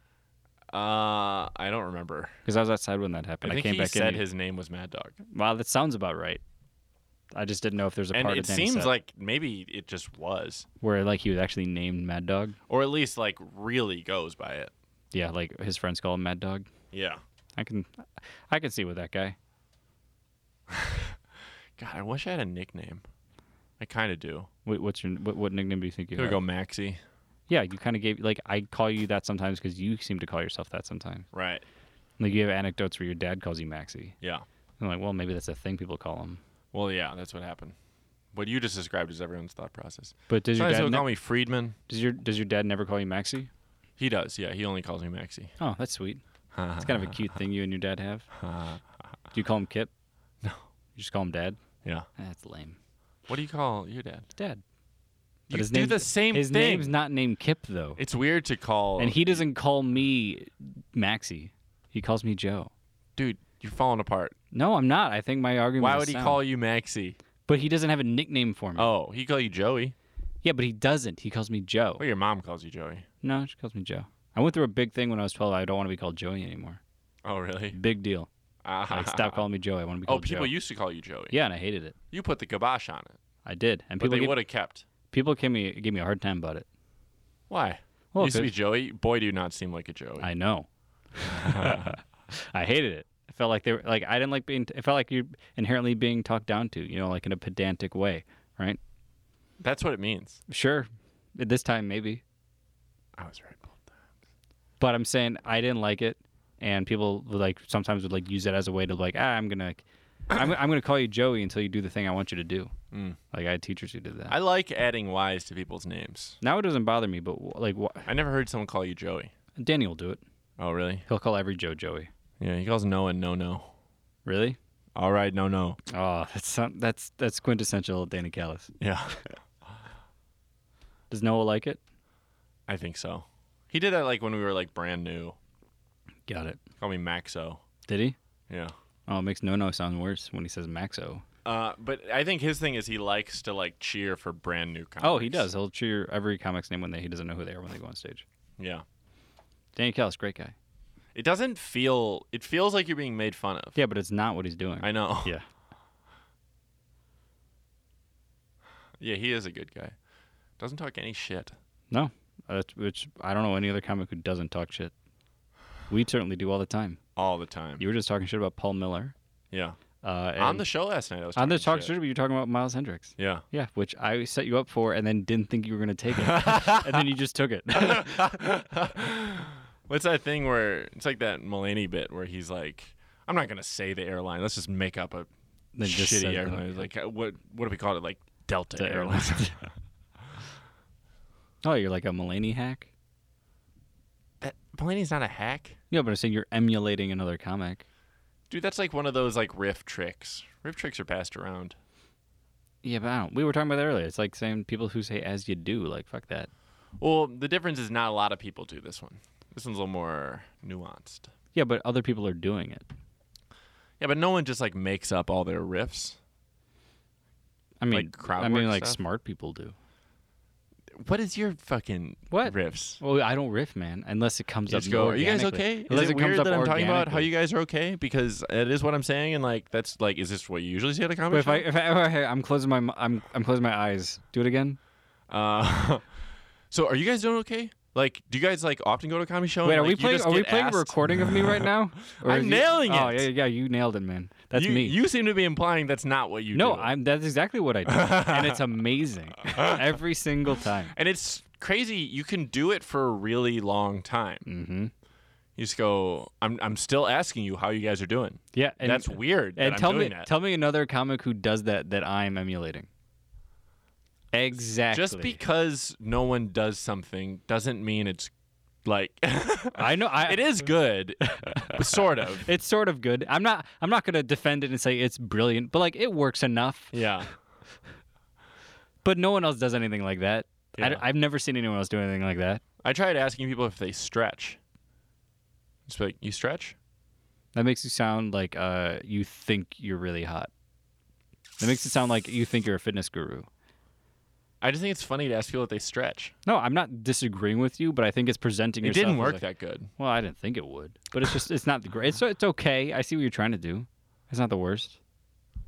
[SPEAKER 1] Uh, I don't remember.
[SPEAKER 2] Because I was outside when that
[SPEAKER 1] I
[SPEAKER 2] happened. I,
[SPEAKER 1] think
[SPEAKER 2] came
[SPEAKER 1] he
[SPEAKER 2] back in.
[SPEAKER 1] said
[SPEAKER 2] and-
[SPEAKER 1] his name was Mad Dog,
[SPEAKER 2] Wow, that sounds about right. I just didn't know if there's a
[SPEAKER 1] and
[SPEAKER 2] part
[SPEAKER 1] it
[SPEAKER 2] of Danny's
[SPEAKER 1] seems
[SPEAKER 2] set
[SPEAKER 1] like maybe it just was,
[SPEAKER 2] where like he was actually named Mad Dog.
[SPEAKER 1] or at least like really goes by it.
[SPEAKER 2] Yeah, like his friends call him Mad Dog.
[SPEAKER 1] Yeah.
[SPEAKER 2] I can, I can see with that guy.
[SPEAKER 1] God, I wish I had a nickname. I kind of do.
[SPEAKER 2] What, what's your what, what nickname do you think you
[SPEAKER 1] Here we
[SPEAKER 2] have?
[SPEAKER 1] go, Maxie.
[SPEAKER 2] Yeah, you kind of gave like I call you that sometimes because you seem to call yourself that sometimes.
[SPEAKER 1] Right.
[SPEAKER 2] Like you have anecdotes where your dad calls you Maxie.
[SPEAKER 1] Yeah.
[SPEAKER 2] I'm like, well, maybe that's a thing people call him.
[SPEAKER 1] Well, yeah, that's what happened. What you just described is everyone's thought process.
[SPEAKER 2] But does your
[SPEAKER 1] Sometimes
[SPEAKER 2] dad
[SPEAKER 1] he'll
[SPEAKER 2] ne-
[SPEAKER 1] call me Friedman.
[SPEAKER 2] does your does your dad never call you Maxie?
[SPEAKER 1] He does. Yeah, he only calls me Maxie.
[SPEAKER 2] Oh, that's sweet. It's kind of a cute thing you and your dad have. Do you call him Kip?
[SPEAKER 1] Uh, No.
[SPEAKER 2] You just call him Dad.
[SPEAKER 1] Yeah.
[SPEAKER 2] That's lame.
[SPEAKER 1] What do you call your dad?
[SPEAKER 2] Dad.
[SPEAKER 1] you do
[SPEAKER 2] name's-
[SPEAKER 1] the same
[SPEAKER 2] His
[SPEAKER 1] thing. Oh.
[SPEAKER 2] name's not named Kip though,
[SPEAKER 1] It's weird to call.
[SPEAKER 2] and he doesn't call me Maxie. He calls me Joe.
[SPEAKER 1] dude, you're falling apart.
[SPEAKER 2] No, I'm not. I think my argument.
[SPEAKER 1] Why
[SPEAKER 2] is
[SPEAKER 1] would he
[SPEAKER 2] sound.
[SPEAKER 1] call you Maxie?
[SPEAKER 2] But he doesn't have a nickname for me.
[SPEAKER 1] Oh, he call you Joey.
[SPEAKER 2] Yeah, but he doesn't. He calls me Joe.
[SPEAKER 1] Well, your mom calls you Joey.
[SPEAKER 2] No, she calls me Joe. I went through a big thing when I was 12. I don't want to be called Joey anymore.
[SPEAKER 1] Oh, really?
[SPEAKER 2] Big deal. Like,
[SPEAKER 1] Ah.
[SPEAKER 2] stop calling me Joey. I want to be
[SPEAKER 1] Oh,
[SPEAKER 2] called Joe.
[SPEAKER 1] people used to call you Joey.
[SPEAKER 2] yeah, and I hated it.
[SPEAKER 1] You put the kibosh on it,
[SPEAKER 2] I did. And
[SPEAKER 1] but
[SPEAKER 2] people
[SPEAKER 1] they
[SPEAKER 2] gave,
[SPEAKER 1] would have kept.
[SPEAKER 2] people gave me gave me a hard time about it.
[SPEAKER 1] Why?
[SPEAKER 2] Well,
[SPEAKER 1] used to be
[SPEAKER 2] 'cause-
[SPEAKER 1] Joey. Boy, do you not seem like a Joey.
[SPEAKER 2] I know. I hated it. I felt like they were like I didn't like being. It felt like you're inherently being talked down to. You know, like in a pedantic way, right?
[SPEAKER 1] That's what it means.
[SPEAKER 2] Sure, at this time maybe.
[SPEAKER 1] I was right. both times.
[SPEAKER 2] But I'm saying I didn't like it, and people would, like sometimes would like use that as a way to like ah, I'm gonna, I'm, I'm gonna call you Joey until you do the thing I want you to do.
[SPEAKER 1] Mm.
[SPEAKER 2] Like I had teachers who did that.
[SPEAKER 1] I like adding Y's to people's names.
[SPEAKER 2] now it doesn't bother me, but w- like wh-
[SPEAKER 1] I never heard someone call you Joey.
[SPEAKER 2] Danny will do it.
[SPEAKER 1] Oh, really?
[SPEAKER 2] He'll call every Joe Joey.
[SPEAKER 1] Yeah, he calls Noah no no.
[SPEAKER 2] Really?
[SPEAKER 1] All right, no no.
[SPEAKER 2] Oh, that's some, that's that's quintessential Danny Callis.
[SPEAKER 1] Yeah,
[SPEAKER 2] Does Noah like it?
[SPEAKER 1] I think so. He did that like when we were like brand new.
[SPEAKER 2] Got it.
[SPEAKER 1] Call me Maxo.
[SPEAKER 2] Did he?
[SPEAKER 1] Yeah.
[SPEAKER 2] Oh, it makes no no sound worse when he says Maxo.
[SPEAKER 1] Uh, but I think his thing is he likes to like cheer for brand new comics.
[SPEAKER 2] Oh, he does. He'll cheer every comic's name when they, he doesn't know who they are when they go on stage.
[SPEAKER 1] Yeah.
[SPEAKER 2] Danny Callis, great guy.
[SPEAKER 1] It doesn't feel. It feels like you're being made fun of.
[SPEAKER 2] Yeah, but it's not what he's doing.
[SPEAKER 1] I know.
[SPEAKER 2] Yeah.
[SPEAKER 1] Yeah, he is a good guy. Doesn't talk any shit.
[SPEAKER 2] No, uh, which I don't know any other comic who doesn't talk shit. We certainly do all the time.
[SPEAKER 1] All the time.
[SPEAKER 2] You were just talking shit about Paul Miller.
[SPEAKER 1] Yeah.
[SPEAKER 2] Uh,
[SPEAKER 1] on
[SPEAKER 2] and-
[SPEAKER 1] the show last night, I was
[SPEAKER 2] on the
[SPEAKER 1] talking
[SPEAKER 2] talk
[SPEAKER 1] shit.
[SPEAKER 2] shit, but you were talking about Miles Hendricks.
[SPEAKER 1] Yeah.
[SPEAKER 2] Yeah, which I set you up for, and then didn't think you were gonna take it, and then you just took it.
[SPEAKER 1] What's that thing where it's like that Mulaney bit where he's like, "I'm not gonna say the airline. Let's just make up a
[SPEAKER 2] Then just says
[SPEAKER 1] shitty
[SPEAKER 2] the-
[SPEAKER 1] airline." He's Like uh, what? What do we call it? Like Delta,
[SPEAKER 2] The
[SPEAKER 1] Airlines.
[SPEAKER 2] airlines. oh, you're like a Mulaney hack.
[SPEAKER 1] That, Mulaney's not a hack,
[SPEAKER 2] Yeah, but I'm saying you're emulating another comic.
[SPEAKER 1] dude. That's like one of those like riff tricks. Riff tricks are passed around.
[SPEAKER 2] Yeah, but I don't. We were talking about that earlier. It's like saying people who say "as you do," like fuck that.
[SPEAKER 1] Well, the difference is not a lot of people do this one. This one's a little more nuanced.
[SPEAKER 2] Yeah, but other people are doing it.
[SPEAKER 1] Yeah, but no one just like makes up all their riffs.
[SPEAKER 2] I mean,
[SPEAKER 1] Like crowd
[SPEAKER 2] I mean,
[SPEAKER 1] work
[SPEAKER 2] like
[SPEAKER 1] stuff?
[SPEAKER 2] smart people do.
[SPEAKER 1] What is your fucking
[SPEAKER 2] What?
[SPEAKER 1] riffs?
[SPEAKER 2] Well, I don't riff, man, unless it comes
[SPEAKER 1] You Just
[SPEAKER 2] up.
[SPEAKER 1] go. Are you guys
[SPEAKER 2] organically.
[SPEAKER 1] okay? Is
[SPEAKER 2] Unless
[SPEAKER 1] it,
[SPEAKER 2] comes
[SPEAKER 1] weird
[SPEAKER 2] up
[SPEAKER 1] that I'm talking about how
[SPEAKER 2] organically.
[SPEAKER 1] you guys are okay? Because it is what I'm saying, and like that's like, is this what you usually see at a comedy
[SPEAKER 2] Wait, if I,
[SPEAKER 1] show?
[SPEAKER 2] if I, okay, I'm closing my, m- I'm, I'm closing my eyes. Do it again.
[SPEAKER 1] Uh, so are you guys doing okay? Like, do you guys like often go to a comedy show?
[SPEAKER 2] Wait,
[SPEAKER 1] and,
[SPEAKER 2] are
[SPEAKER 1] Oh, like,
[SPEAKER 2] we
[SPEAKER 1] you
[SPEAKER 2] playing?
[SPEAKER 1] just
[SPEAKER 2] Are we
[SPEAKER 1] get
[SPEAKER 2] playing a
[SPEAKER 1] asked-
[SPEAKER 2] recording of me right now? Or
[SPEAKER 1] I'm
[SPEAKER 2] is
[SPEAKER 1] nailing
[SPEAKER 2] Oh
[SPEAKER 1] it.
[SPEAKER 2] yeah, yeah, you nailed it, man. That's
[SPEAKER 1] you,
[SPEAKER 2] me.
[SPEAKER 1] You seem to be implying that's not what you do.
[SPEAKER 2] no, I'm. That's exactly what I do, and it's amazing every single time.
[SPEAKER 1] And it's crazy. You can do it for a really long time.
[SPEAKER 2] Mm-hmm.
[SPEAKER 1] You just go. I'm. I'm still asking you how you guys are doing.
[SPEAKER 2] Yeah, and
[SPEAKER 1] that's weird. that
[SPEAKER 2] And
[SPEAKER 1] I'm
[SPEAKER 2] tell me,
[SPEAKER 1] doing that.
[SPEAKER 2] tell me another comic who does that that I'm emulating. Exactly.
[SPEAKER 1] Just because no one does something doesn't mean it's like
[SPEAKER 2] I know I,
[SPEAKER 1] it is good, sort of.
[SPEAKER 2] It's sort of good. I'm not. I'm not gonna defend it and say it's brilliant, but like it works enough.
[SPEAKER 1] Yeah.
[SPEAKER 2] But no one else does anything like that. I,
[SPEAKER 1] Yeah.
[SPEAKER 2] have never seen anyone else do anything like that.
[SPEAKER 1] I tried asking people if they stretch. Just be like, you stretch?
[SPEAKER 2] That makes you sound like uh, you think you're really hot. That makes it sound like you think you're a fitness guru.
[SPEAKER 1] I just think it's funny to ask people if they stretch.
[SPEAKER 2] No, I'm not disagreeing with you, but I think it's presenting
[SPEAKER 1] It
[SPEAKER 2] yourself.
[SPEAKER 1] didn't
[SPEAKER 2] as
[SPEAKER 1] work
[SPEAKER 2] like-
[SPEAKER 1] that good.
[SPEAKER 2] well, I didn't think it would, but it's just it's not the great. It's it's okay. I see what you're trying to do. It's not the worst.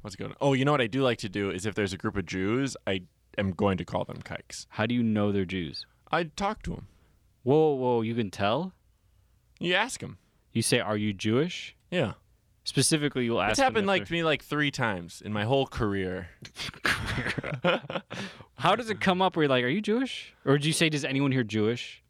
[SPEAKER 1] What's going on? Oh, you know what I do like to do is if there's a group of Jews, I am going to call them kikes.
[SPEAKER 2] How do you know they're Jews?
[SPEAKER 1] I talk to them.
[SPEAKER 2] Whoa, whoa! You can tell.
[SPEAKER 1] You ask them.
[SPEAKER 2] You say, "Are you Jewish?"
[SPEAKER 1] Yeah.
[SPEAKER 2] Specifically, you'll ask.
[SPEAKER 1] It's
[SPEAKER 2] them if
[SPEAKER 1] happened like
[SPEAKER 2] they're-
[SPEAKER 1] to me like three times in my whole career.
[SPEAKER 2] How does it come up where you're like, are you Jewish? Or do you say, does anyone here Jewish?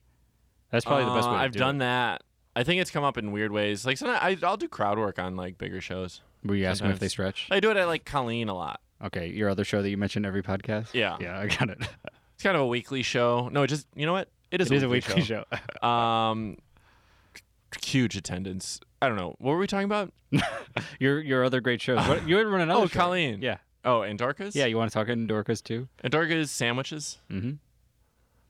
[SPEAKER 2] That's probably the best
[SPEAKER 1] Uh,
[SPEAKER 2] way to
[SPEAKER 1] I've
[SPEAKER 2] do
[SPEAKER 1] done that. I think it's come up in weird ways. Like sometimes I, I'll do crowd work on like bigger shows.
[SPEAKER 2] Were you asking if
[SPEAKER 1] sometimes.
[SPEAKER 2] they stretch?
[SPEAKER 1] I do it at like Colleen a lot.
[SPEAKER 2] Okay, your other show that you mentioned every podcast?
[SPEAKER 1] Yeah.
[SPEAKER 2] Yeah, I got it.
[SPEAKER 1] It's kind of a weekly show. No, it just you know what? It is,
[SPEAKER 2] it is a weekly show.
[SPEAKER 1] show. Um, huge attendance. I don't know. What were we talking about?
[SPEAKER 2] your your other great shows. What, you would run another
[SPEAKER 1] oh,
[SPEAKER 2] show.
[SPEAKER 1] Colleen.
[SPEAKER 2] Yeah.
[SPEAKER 1] Oh, Antarcas.
[SPEAKER 2] Yeah, you want to talk in Dorcas too?
[SPEAKER 1] Antarcas sandwiches.
[SPEAKER 2] Mm-hmm.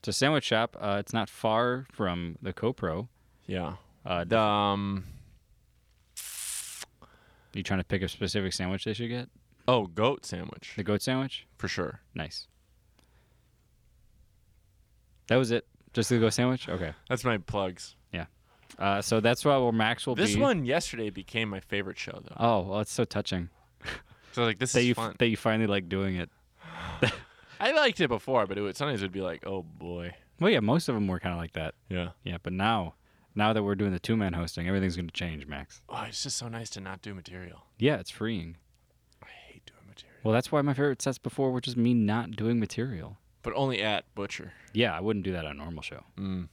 [SPEAKER 2] It's a sandwich shop. Uh, it's not far from the CoPro.
[SPEAKER 1] Yeah.
[SPEAKER 2] Uh,
[SPEAKER 1] The, um,
[SPEAKER 2] you trying to pick a specific sandwich they should get?
[SPEAKER 1] Oh, goat sandwich
[SPEAKER 2] The goat sandwich?
[SPEAKER 1] for sure.
[SPEAKER 2] Nice. That was it. Just the goat sandwich? Okay.
[SPEAKER 1] That's my plugs.
[SPEAKER 2] Uh, so that's why where Max will
[SPEAKER 1] This
[SPEAKER 2] be.
[SPEAKER 1] one yesterday became my favorite show though.
[SPEAKER 2] Oh, well, it's so touching
[SPEAKER 1] So like this
[SPEAKER 2] that
[SPEAKER 1] is
[SPEAKER 2] you
[SPEAKER 1] fun.
[SPEAKER 2] that you finally like doing it.
[SPEAKER 1] I liked it before, but it would sometimes it would be like, oh boy.
[SPEAKER 2] Well, yeah, most of them were kind of like that.
[SPEAKER 1] Yeah.
[SPEAKER 2] Yeah, but now, now that we're doing the two man hosting, everything's going to change, Max.
[SPEAKER 1] Oh, it's just so nice to not do material.
[SPEAKER 2] Yeah, it's freeing.
[SPEAKER 1] I hate doing material.
[SPEAKER 2] Well, that's why my favorite sets before were just me not doing material.
[SPEAKER 1] But only at Butcher.
[SPEAKER 2] Yeah, I wouldn't do that on a normal show.
[SPEAKER 1] Mm.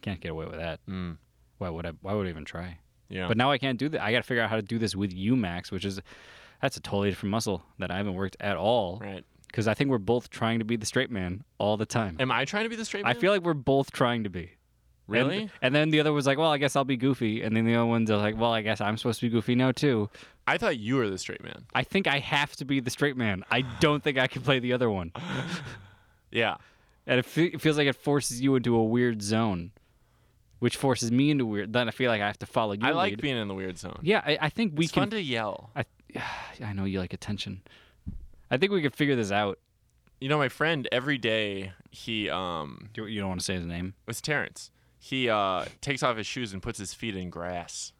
[SPEAKER 2] Can't get away with that.
[SPEAKER 1] Mm.
[SPEAKER 2] Why would I? Why would I even try?
[SPEAKER 1] Yeah.
[SPEAKER 2] But now I can't do that. I got to figure out how to do this with you, Max, which is that's a totally different muscle that I haven't worked at all.
[SPEAKER 1] right.
[SPEAKER 2] Because I think we're both trying to be the straight man all the time.
[SPEAKER 1] Am I trying to be the straight man?
[SPEAKER 2] I feel like we're both trying to be. And-
[SPEAKER 1] really.
[SPEAKER 2] And, then the other was like, well, I guess I'll be goofy. And then the other one's like, well, I guess I'm supposed to be goofy now too.
[SPEAKER 1] I thought you were the straight man.
[SPEAKER 2] I think I have to be the straight man. I don't think I can play the other one.
[SPEAKER 1] Yeah.
[SPEAKER 2] And it, fe- it feels like it forces you into a weird zone, which forces me into weird. Then I feel like I have to follow you.
[SPEAKER 1] I like being in the weird zone.
[SPEAKER 2] Yeah, I, I think we
[SPEAKER 1] it's
[SPEAKER 2] can.
[SPEAKER 1] fun to yell.
[SPEAKER 2] I know you like attention. I think we could figure this out.
[SPEAKER 1] You know, my friend every day he um
[SPEAKER 2] You, you don't want to say his name.
[SPEAKER 1] it's Terrence. He uh takes off his shoes and puts his feet in grass.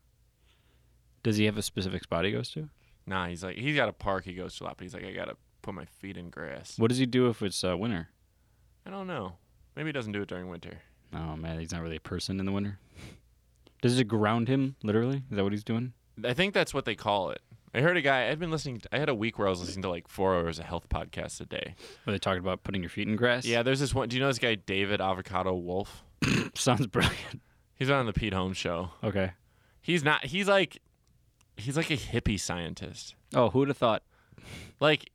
[SPEAKER 2] Does he have a specific spot he goes to?
[SPEAKER 1] Nah, he's like he's got a park he goes to a lot, but he's like, I gotta put my feet in grass.
[SPEAKER 2] What does he do if it's uh, winter?
[SPEAKER 1] I don't know. Maybe he doesn't do it during winter.
[SPEAKER 2] Oh man, he's not really a person in the winter. Does it ground him literally? Is that what he's doing?
[SPEAKER 1] I think that's what they call it. I heard a guy. I'd been listening. To, I had a week where I was listening to like four hours of health podcasts a day.
[SPEAKER 2] Were they talking about putting your feet in grass?
[SPEAKER 1] Yeah, there's this one. Do you know this guy David Avocado Wolf?
[SPEAKER 2] sounds brilliant.
[SPEAKER 1] He's on the Pete Holmes show.
[SPEAKER 2] Okay.
[SPEAKER 1] He's not. He's like, he's like a hippie scientist.
[SPEAKER 2] Oh, who'd have thought?
[SPEAKER 1] Like,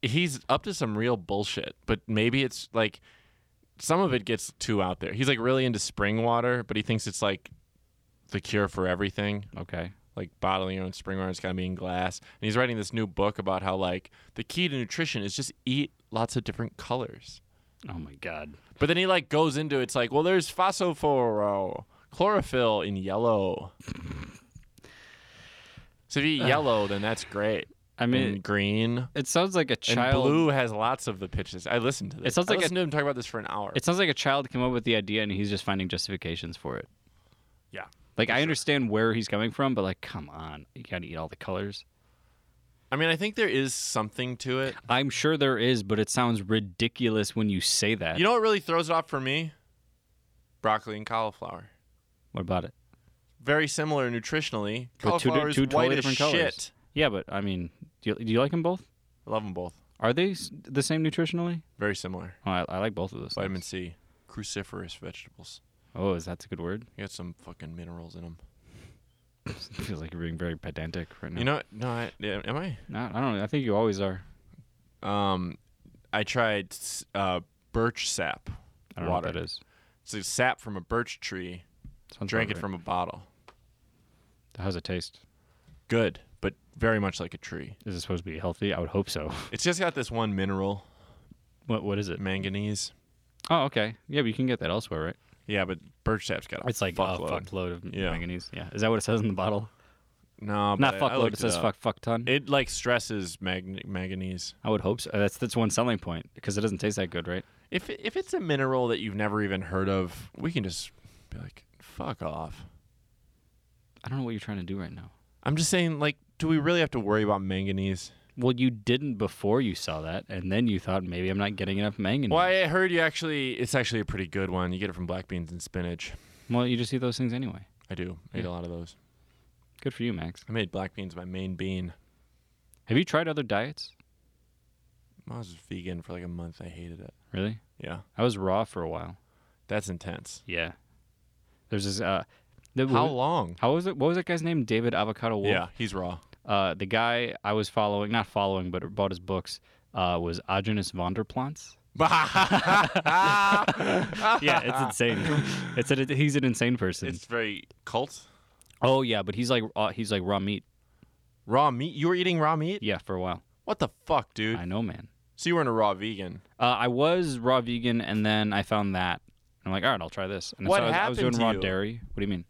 [SPEAKER 1] he's up to some real bullshit. But maybe it's like, some of it gets too out there. He's like really into spring water, but he thinks it's like the cure for everything.
[SPEAKER 2] Okay.
[SPEAKER 1] like bottling your own spring water. It's got to be in glass. And he's writing this new book about how like the key to nutrition is just eat lots of different colors.
[SPEAKER 2] Oh my god.
[SPEAKER 1] But then he like goes into it's like well there's phosphoro chlorophyll in yellow. so if you eat yellow, then that's great.
[SPEAKER 2] I mean,
[SPEAKER 1] and green
[SPEAKER 2] it sounds like a
[SPEAKER 1] and
[SPEAKER 2] child.
[SPEAKER 1] blue has lots of the pitches. I listened to this.
[SPEAKER 2] sounds
[SPEAKER 1] I
[SPEAKER 2] like a-
[SPEAKER 1] listened to him talk about this for an hour.
[SPEAKER 2] It sounds like a child came up with the idea and he's just finding justifications for it.
[SPEAKER 1] Yeah,
[SPEAKER 2] Like I understand where he's coming from, but like, come on, you gotta eat all the colors.
[SPEAKER 1] I mean I think there is something to it.
[SPEAKER 2] I'm sure there is, but it sounds ridiculous when you say that.
[SPEAKER 1] You know what really throws it off for me? Broccoli and cauliflower.
[SPEAKER 2] what about it?
[SPEAKER 1] very similar nutritionally.
[SPEAKER 2] But two di-
[SPEAKER 1] Cauliflower is
[SPEAKER 2] two totally
[SPEAKER 1] white as
[SPEAKER 2] different colors.
[SPEAKER 1] shit.
[SPEAKER 2] Yeah, but I mean, do you, do you like them both?
[SPEAKER 1] I love them both.
[SPEAKER 2] Are they s- the same nutritionally?
[SPEAKER 1] Very similar.
[SPEAKER 2] Oh, I, I like both of those.
[SPEAKER 1] Vitamin
[SPEAKER 2] things.
[SPEAKER 1] C, cruciferous vegetables.
[SPEAKER 2] Oh, is that a good word?
[SPEAKER 1] You got some fucking minerals in them.
[SPEAKER 2] feels like you're being very pedantic right now.
[SPEAKER 1] You know, no, I, yeah, am I?
[SPEAKER 2] no, I don't. know. I think you always are.
[SPEAKER 1] Um, I tried s- uh, birch sap
[SPEAKER 2] I don't
[SPEAKER 1] water.
[SPEAKER 2] know what that is.
[SPEAKER 1] It's like sap from a birch tree.
[SPEAKER 2] Sounds
[SPEAKER 1] Drank
[SPEAKER 2] about
[SPEAKER 1] it
[SPEAKER 2] right.
[SPEAKER 1] from a bottle.
[SPEAKER 2] How's it taste?
[SPEAKER 1] Good, but very much like a tree.
[SPEAKER 2] Is it supposed to be healthy? I would hope so.
[SPEAKER 1] It's just got this one mineral,
[SPEAKER 2] what What is it?
[SPEAKER 1] manganese.
[SPEAKER 2] Oh, okay. Yeah, but you can get that elsewhere, right?
[SPEAKER 1] Yeah, but birch sap's got a
[SPEAKER 2] It's like
[SPEAKER 1] fuckload.
[SPEAKER 2] a fuckload of
[SPEAKER 1] Yeah.
[SPEAKER 2] manganese. Yeah. Is that what it says in the bottle?
[SPEAKER 1] No,
[SPEAKER 2] Not
[SPEAKER 1] but I- I
[SPEAKER 2] fuckload.
[SPEAKER 1] looked
[SPEAKER 2] It says
[SPEAKER 1] up.
[SPEAKER 2] fuck fuck ton.
[SPEAKER 1] It like stresses mag- manganese.
[SPEAKER 2] I would hope so. That's that's one selling point because it doesn't taste that good, right?
[SPEAKER 1] If if it's a mineral that you've never even heard of, we can just be like, "Fuck off."
[SPEAKER 2] I don't know what you're trying to do right now.
[SPEAKER 1] I'm just saying, like, do we really have to worry about manganese?
[SPEAKER 2] Well, you didn't before you saw that, and then you thought maybe I'm not getting enough manganese.
[SPEAKER 1] Well, I heard you actually. It's actually a pretty good one. You get it from black beans and spinach.
[SPEAKER 2] Well, you just eat those things anyway.
[SPEAKER 1] I do. I eat a lot of those.
[SPEAKER 2] Good for you, Max.
[SPEAKER 1] I made black beans my main bean.
[SPEAKER 2] Have you tried other diets?
[SPEAKER 1] I was vegan for like a month. I hated it.
[SPEAKER 2] Really?
[SPEAKER 1] Yeah,
[SPEAKER 2] I was raw for a while.
[SPEAKER 1] that's intense.
[SPEAKER 2] Yeah. There's this. Uh, the,
[SPEAKER 1] How long?
[SPEAKER 2] how was it? What was that guy's name? David Avocado Wolf.
[SPEAKER 1] Yeah, he's raw.
[SPEAKER 2] Uh, the guy I was following, not following, but bought his books, uh, was Agenus Vonderplants. Yeah, it's insane. it's an, he's an insane person.
[SPEAKER 1] it's very cult.
[SPEAKER 2] oh yeah, but he's like uh, he's like raw meat.
[SPEAKER 1] Raw meat. You were eating raw meat?
[SPEAKER 2] Yeah, for a while.
[SPEAKER 1] What the fuck, dude?
[SPEAKER 2] I know, man.
[SPEAKER 1] So you weren't a raw vegan.
[SPEAKER 2] Uh, I was raw vegan, and then I found that. I'm like, all right, I'll try this. And
[SPEAKER 1] What
[SPEAKER 2] so I was, I was
[SPEAKER 1] happened
[SPEAKER 2] doing
[SPEAKER 1] to
[SPEAKER 2] raw
[SPEAKER 1] you?
[SPEAKER 2] dairy. What do you mean?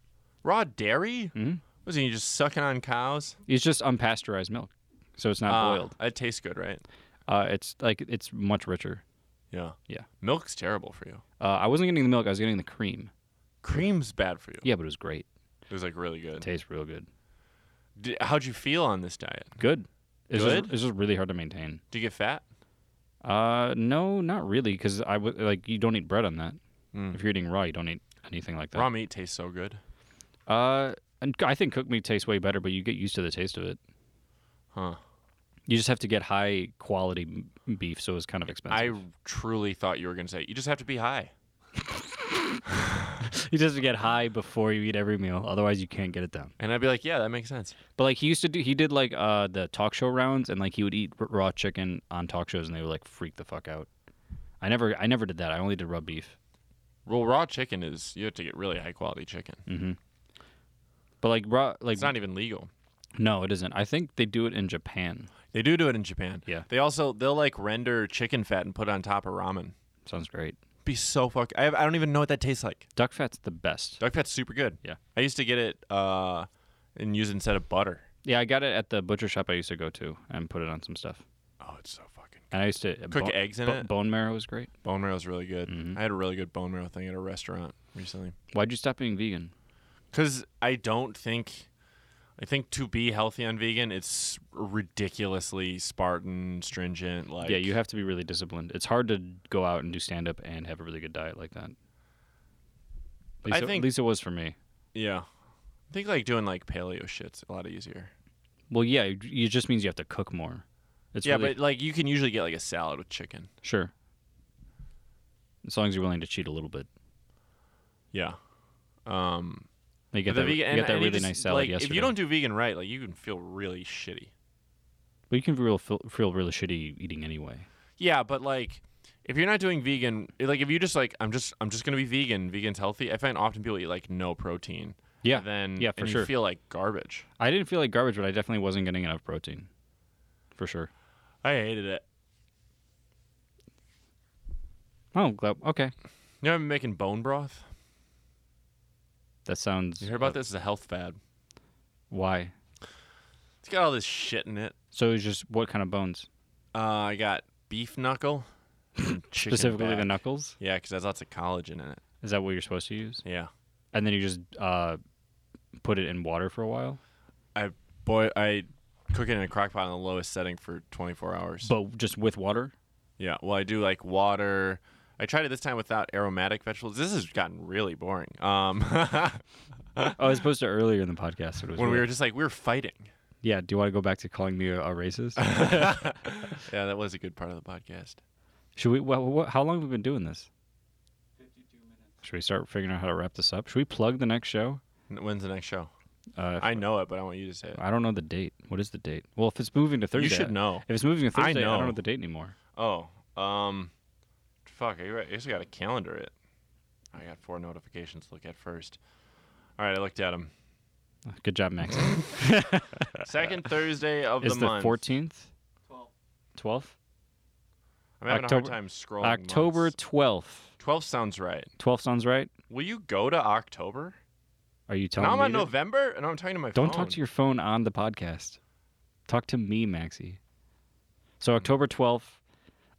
[SPEAKER 1] Raw dairy?
[SPEAKER 2] Mhm.
[SPEAKER 1] Hmm? Was he just sucking on cows?
[SPEAKER 2] It's just unpasteurized milk. so it's not
[SPEAKER 1] Ah,
[SPEAKER 2] boiled.
[SPEAKER 1] It tastes good, right?
[SPEAKER 2] Uh, it's like it's much richer.
[SPEAKER 1] Yeah.
[SPEAKER 2] Yeah.
[SPEAKER 1] Milk's terrible for you.
[SPEAKER 2] Uh, I wasn't getting the milk; I was getting the cream.
[SPEAKER 1] Cream's bad for you.
[SPEAKER 2] Yeah, but it was great.
[SPEAKER 1] It was like really
[SPEAKER 2] It
[SPEAKER 1] good.
[SPEAKER 2] tastes real good.
[SPEAKER 1] D how'd you feel on this diet?
[SPEAKER 2] Good. It's
[SPEAKER 1] Good?
[SPEAKER 2] Just, it's just really hard to maintain.
[SPEAKER 1] Did you get fat?
[SPEAKER 2] Uh, no, not really, because I would like you don't eat bread on that.
[SPEAKER 1] Mm.
[SPEAKER 2] If you're eating raw, you don't eat anything like that.
[SPEAKER 1] Raw meat tastes so good.
[SPEAKER 2] Uh, and c- I think cooked meat tastes way better, but you get used to the taste of it.
[SPEAKER 1] Huh.
[SPEAKER 2] You just have to get high quality m- beef, so it's kind of
[SPEAKER 1] I
[SPEAKER 2] expensive.
[SPEAKER 1] truly thought you were gonna say you just have to be high.
[SPEAKER 2] You just have to get high before you eat every meal, otherwise you can't get it down.
[SPEAKER 1] And I'd be like, yeah, that makes sense.
[SPEAKER 2] But like he used to do, he did like uh the talk show rounds, and like he would eat r- raw chicken on talk shows, and they would like freak the fuck out. I never, I never did that. I only did raw beef.
[SPEAKER 1] Well, raw chicken is you have to get really high quality chicken.
[SPEAKER 2] Mm-hmm. But like raw, like
[SPEAKER 1] It's not even legal.
[SPEAKER 2] no, it isn't. I think they do it in Japan.
[SPEAKER 1] They do do it in Japan.
[SPEAKER 2] Yeah.
[SPEAKER 1] They also they'll like render chicken fat and put it on top of ramen.
[SPEAKER 2] Sounds great.
[SPEAKER 1] Be so fuck. I, I don't even know what that tastes like.
[SPEAKER 2] Duck fat's the best.
[SPEAKER 1] Duck fat's super good.
[SPEAKER 2] Yeah.
[SPEAKER 1] I used to get it uh, and use it instead of butter.
[SPEAKER 2] Yeah, I got it at the butcher shop I used to go to, and put it on some stuff.
[SPEAKER 1] Oh, it's so fucking.
[SPEAKER 2] And I used to
[SPEAKER 1] Cook eggs in
[SPEAKER 2] bo-
[SPEAKER 1] it?
[SPEAKER 2] Bone marrow was great.
[SPEAKER 1] Bone marrow is really good.
[SPEAKER 2] Mhm.
[SPEAKER 1] I had a really good bone marrow thing at a restaurant recently.
[SPEAKER 2] Why'd you stop being vegan?
[SPEAKER 1] Because I don't think, I think to be healthy on vegan, it's ridiculously Spartan, stringent. Like
[SPEAKER 2] yeah, you have to be really disciplined. It's hard to go out and do stand up and have a really good diet like that. At least
[SPEAKER 1] I
[SPEAKER 2] it-
[SPEAKER 1] think-
[SPEAKER 2] at least it was for me.
[SPEAKER 1] yeah. I think like doing like paleo shit's a lot easier.
[SPEAKER 2] Well, yeah, it it just means you have to cook more. It's
[SPEAKER 1] yeah,
[SPEAKER 2] really,
[SPEAKER 1] but like you can usually get like a salad with chicken.
[SPEAKER 2] sure. As long as you're willing to cheat a little bit,
[SPEAKER 1] Yeah. Um,
[SPEAKER 2] you get
[SPEAKER 1] but
[SPEAKER 2] that,
[SPEAKER 1] the vegan,
[SPEAKER 2] you
[SPEAKER 1] and-
[SPEAKER 2] get that
[SPEAKER 1] and you
[SPEAKER 2] really
[SPEAKER 1] just,
[SPEAKER 2] nice salad
[SPEAKER 1] like,
[SPEAKER 2] yesterday.
[SPEAKER 1] If you don't do vegan right, like you can feel really shitty.
[SPEAKER 2] but you can feel feel, feel really shitty eating anyway.
[SPEAKER 1] Yeah, but like if you're not doing vegan, like if you just like I'm just I'm just gonna be vegan. Vegan's healthy. I find often people eat like no protein.
[SPEAKER 2] Yeah,
[SPEAKER 1] Then
[SPEAKER 2] yeah, for
[SPEAKER 1] and
[SPEAKER 2] sure.
[SPEAKER 1] You feel like garbage.
[SPEAKER 2] I didn't feel like garbage, but I definitely wasn't getting enough protein, for sure.
[SPEAKER 1] I hated it.
[SPEAKER 2] Oh, glad, okay.
[SPEAKER 1] You know, I'm making bone broth.
[SPEAKER 2] That sounds.
[SPEAKER 1] You hear about this? It's a health fad.
[SPEAKER 2] Why?
[SPEAKER 1] It's got all this shit in it.
[SPEAKER 2] So it's just what kind of bones?
[SPEAKER 1] Uh, I got beef knuckle, and chicken
[SPEAKER 2] Specifically the
[SPEAKER 1] back.
[SPEAKER 2] knuckles?
[SPEAKER 1] Yeah, because there's lots of collagen in it.
[SPEAKER 2] Is that what you're supposed to use?
[SPEAKER 1] Yeah.
[SPEAKER 2] And then you just uh, put it in water for a while,
[SPEAKER 1] I boy, I cook it in a crock pot on the lowest setting for 24 hours.
[SPEAKER 2] but just with water.
[SPEAKER 1] Yeah. Well, I do like water. I tried it this time without aromatic vegetables. This has gotten really boring. Um,
[SPEAKER 2] Oh, as opposed to earlier in the podcast, it was
[SPEAKER 1] when we were
[SPEAKER 2] weird.
[SPEAKER 1] just like we were fighting.
[SPEAKER 2] Yeah. Do you want to go back to calling me a, a racist?
[SPEAKER 1] yeah, that was a good part of the podcast.
[SPEAKER 2] Should we? Well, what, how long have we been doing this? Should we start figuring out how to wrap this up? Should we plug the next show?
[SPEAKER 1] N- When's the next show?
[SPEAKER 2] Uh, if-
[SPEAKER 1] I know it, but I want you to say it.
[SPEAKER 2] I don't know the date. What is the date? Well, if it's moving to Thursday,
[SPEAKER 1] You should know.
[SPEAKER 2] If it's moving to
[SPEAKER 1] I
[SPEAKER 2] Thursday, I, don't
[SPEAKER 1] know.
[SPEAKER 2] know the date anymore.
[SPEAKER 1] Oh, um, fuck. I got- I guess I got to calendar it. I got four notifications to look at first. All right, I looked at them.
[SPEAKER 2] Uh, Good job, Max.
[SPEAKER 1] Second Thursday of
[SPEAKER 2] is
[SPEAKER 1] the,
[SPEAKER 2] the
[SPEAKER 1] month.
[SPEAKER 2] fourteenth? Twelfth.
[SPEAKER 1] I'm having
[SPEAKER 2] October-
[SPEAKER 1] a hard time scrolling.
[SPEAKER 2] October
[SPEAKER 1] months.
[SPEAKER 2] twelfth.
[SPEAKER 1] 12 sounds right.
[SPEAKER 2] 12 sounds right.
[SPEAKER 1] Will you go to October?
[SPEAKER 2] Are you telling
[SPEAKER 1] Now I'm
[SPEAKER 2] me?
[SPEAKER 1] on
[SPEAKER 2] to-
[SPEAKER 1] November, and I'm talking to my
[SPEAKER 2] Don't
[SPEAKER 1] phone.
[SPEAKER 2] talk to your phone on the podcast. Talk to me, Maxie. So October 12th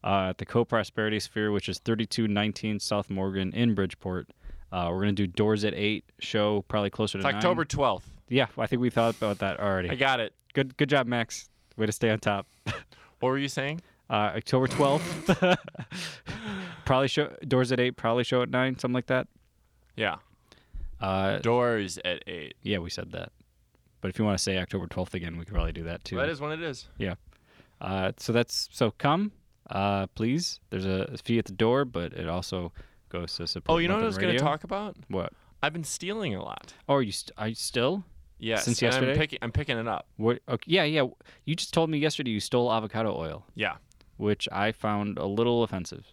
[SPEAKER 2] uh, at the Co-Prosperity Sphere, which is 3219 South Morgan in Bridgeport. Uh, we're going to do Doors at 8 show, probably closer
[SPEAKER 1] It's
[SPEAKER 2] to 9.
[SPEAKER 1] October 12th.
[SPEAKER 2] Yeah, I think we thought about that already.
[SPEAKER 1] I got it.
[SPEAKER 2] Good good job, Max. Way to stay on top.
[SPEAKER 1] What were you saying?
[SPEAKER 2] Uh, October 12th. probably show Doors at 8, probably show at 9, something like that.
[SPEAKER 1] Yeah.
[SPEAKER 2] Uh,
[SPEAKER 1] Doors at 8.
[SPEAKER 2] yeah, we said that. But if you want to say October 12th again, we could probably do that too.
[SPEAKER 1] That is when it is.
[SPEAKER 2] Uh, so that's so come, uh, please. There's a, a fee at the door, but it also goes to support.
[SPEAKER 1] Oh, you know what
[SPEAKER 2] Muppet
[SPEAKER 1] I was going to
[SPEAKER 2] Radio.
[SPEAKER 1] talk about?
[SPEAKER 2] What?
[SPEAKER 1] I've been stealing a lot.
[SPEAKER 2] Oh, are you st- are you still?
[SPEAKER 1] Yes.
[SPEAKER 2] Since
[SPEAKER 1] and I'm
[SPEAKER 2] yesterday?
[SPEAKER 1] picking, I'm picking it up.
[SPEAKER 2] What? Okay, yeah, yeah. You just told me yesterday you stole avocado oil,
[SPEAKER 1] Yeah.
[SPEAKER 2] which I found a little offensive,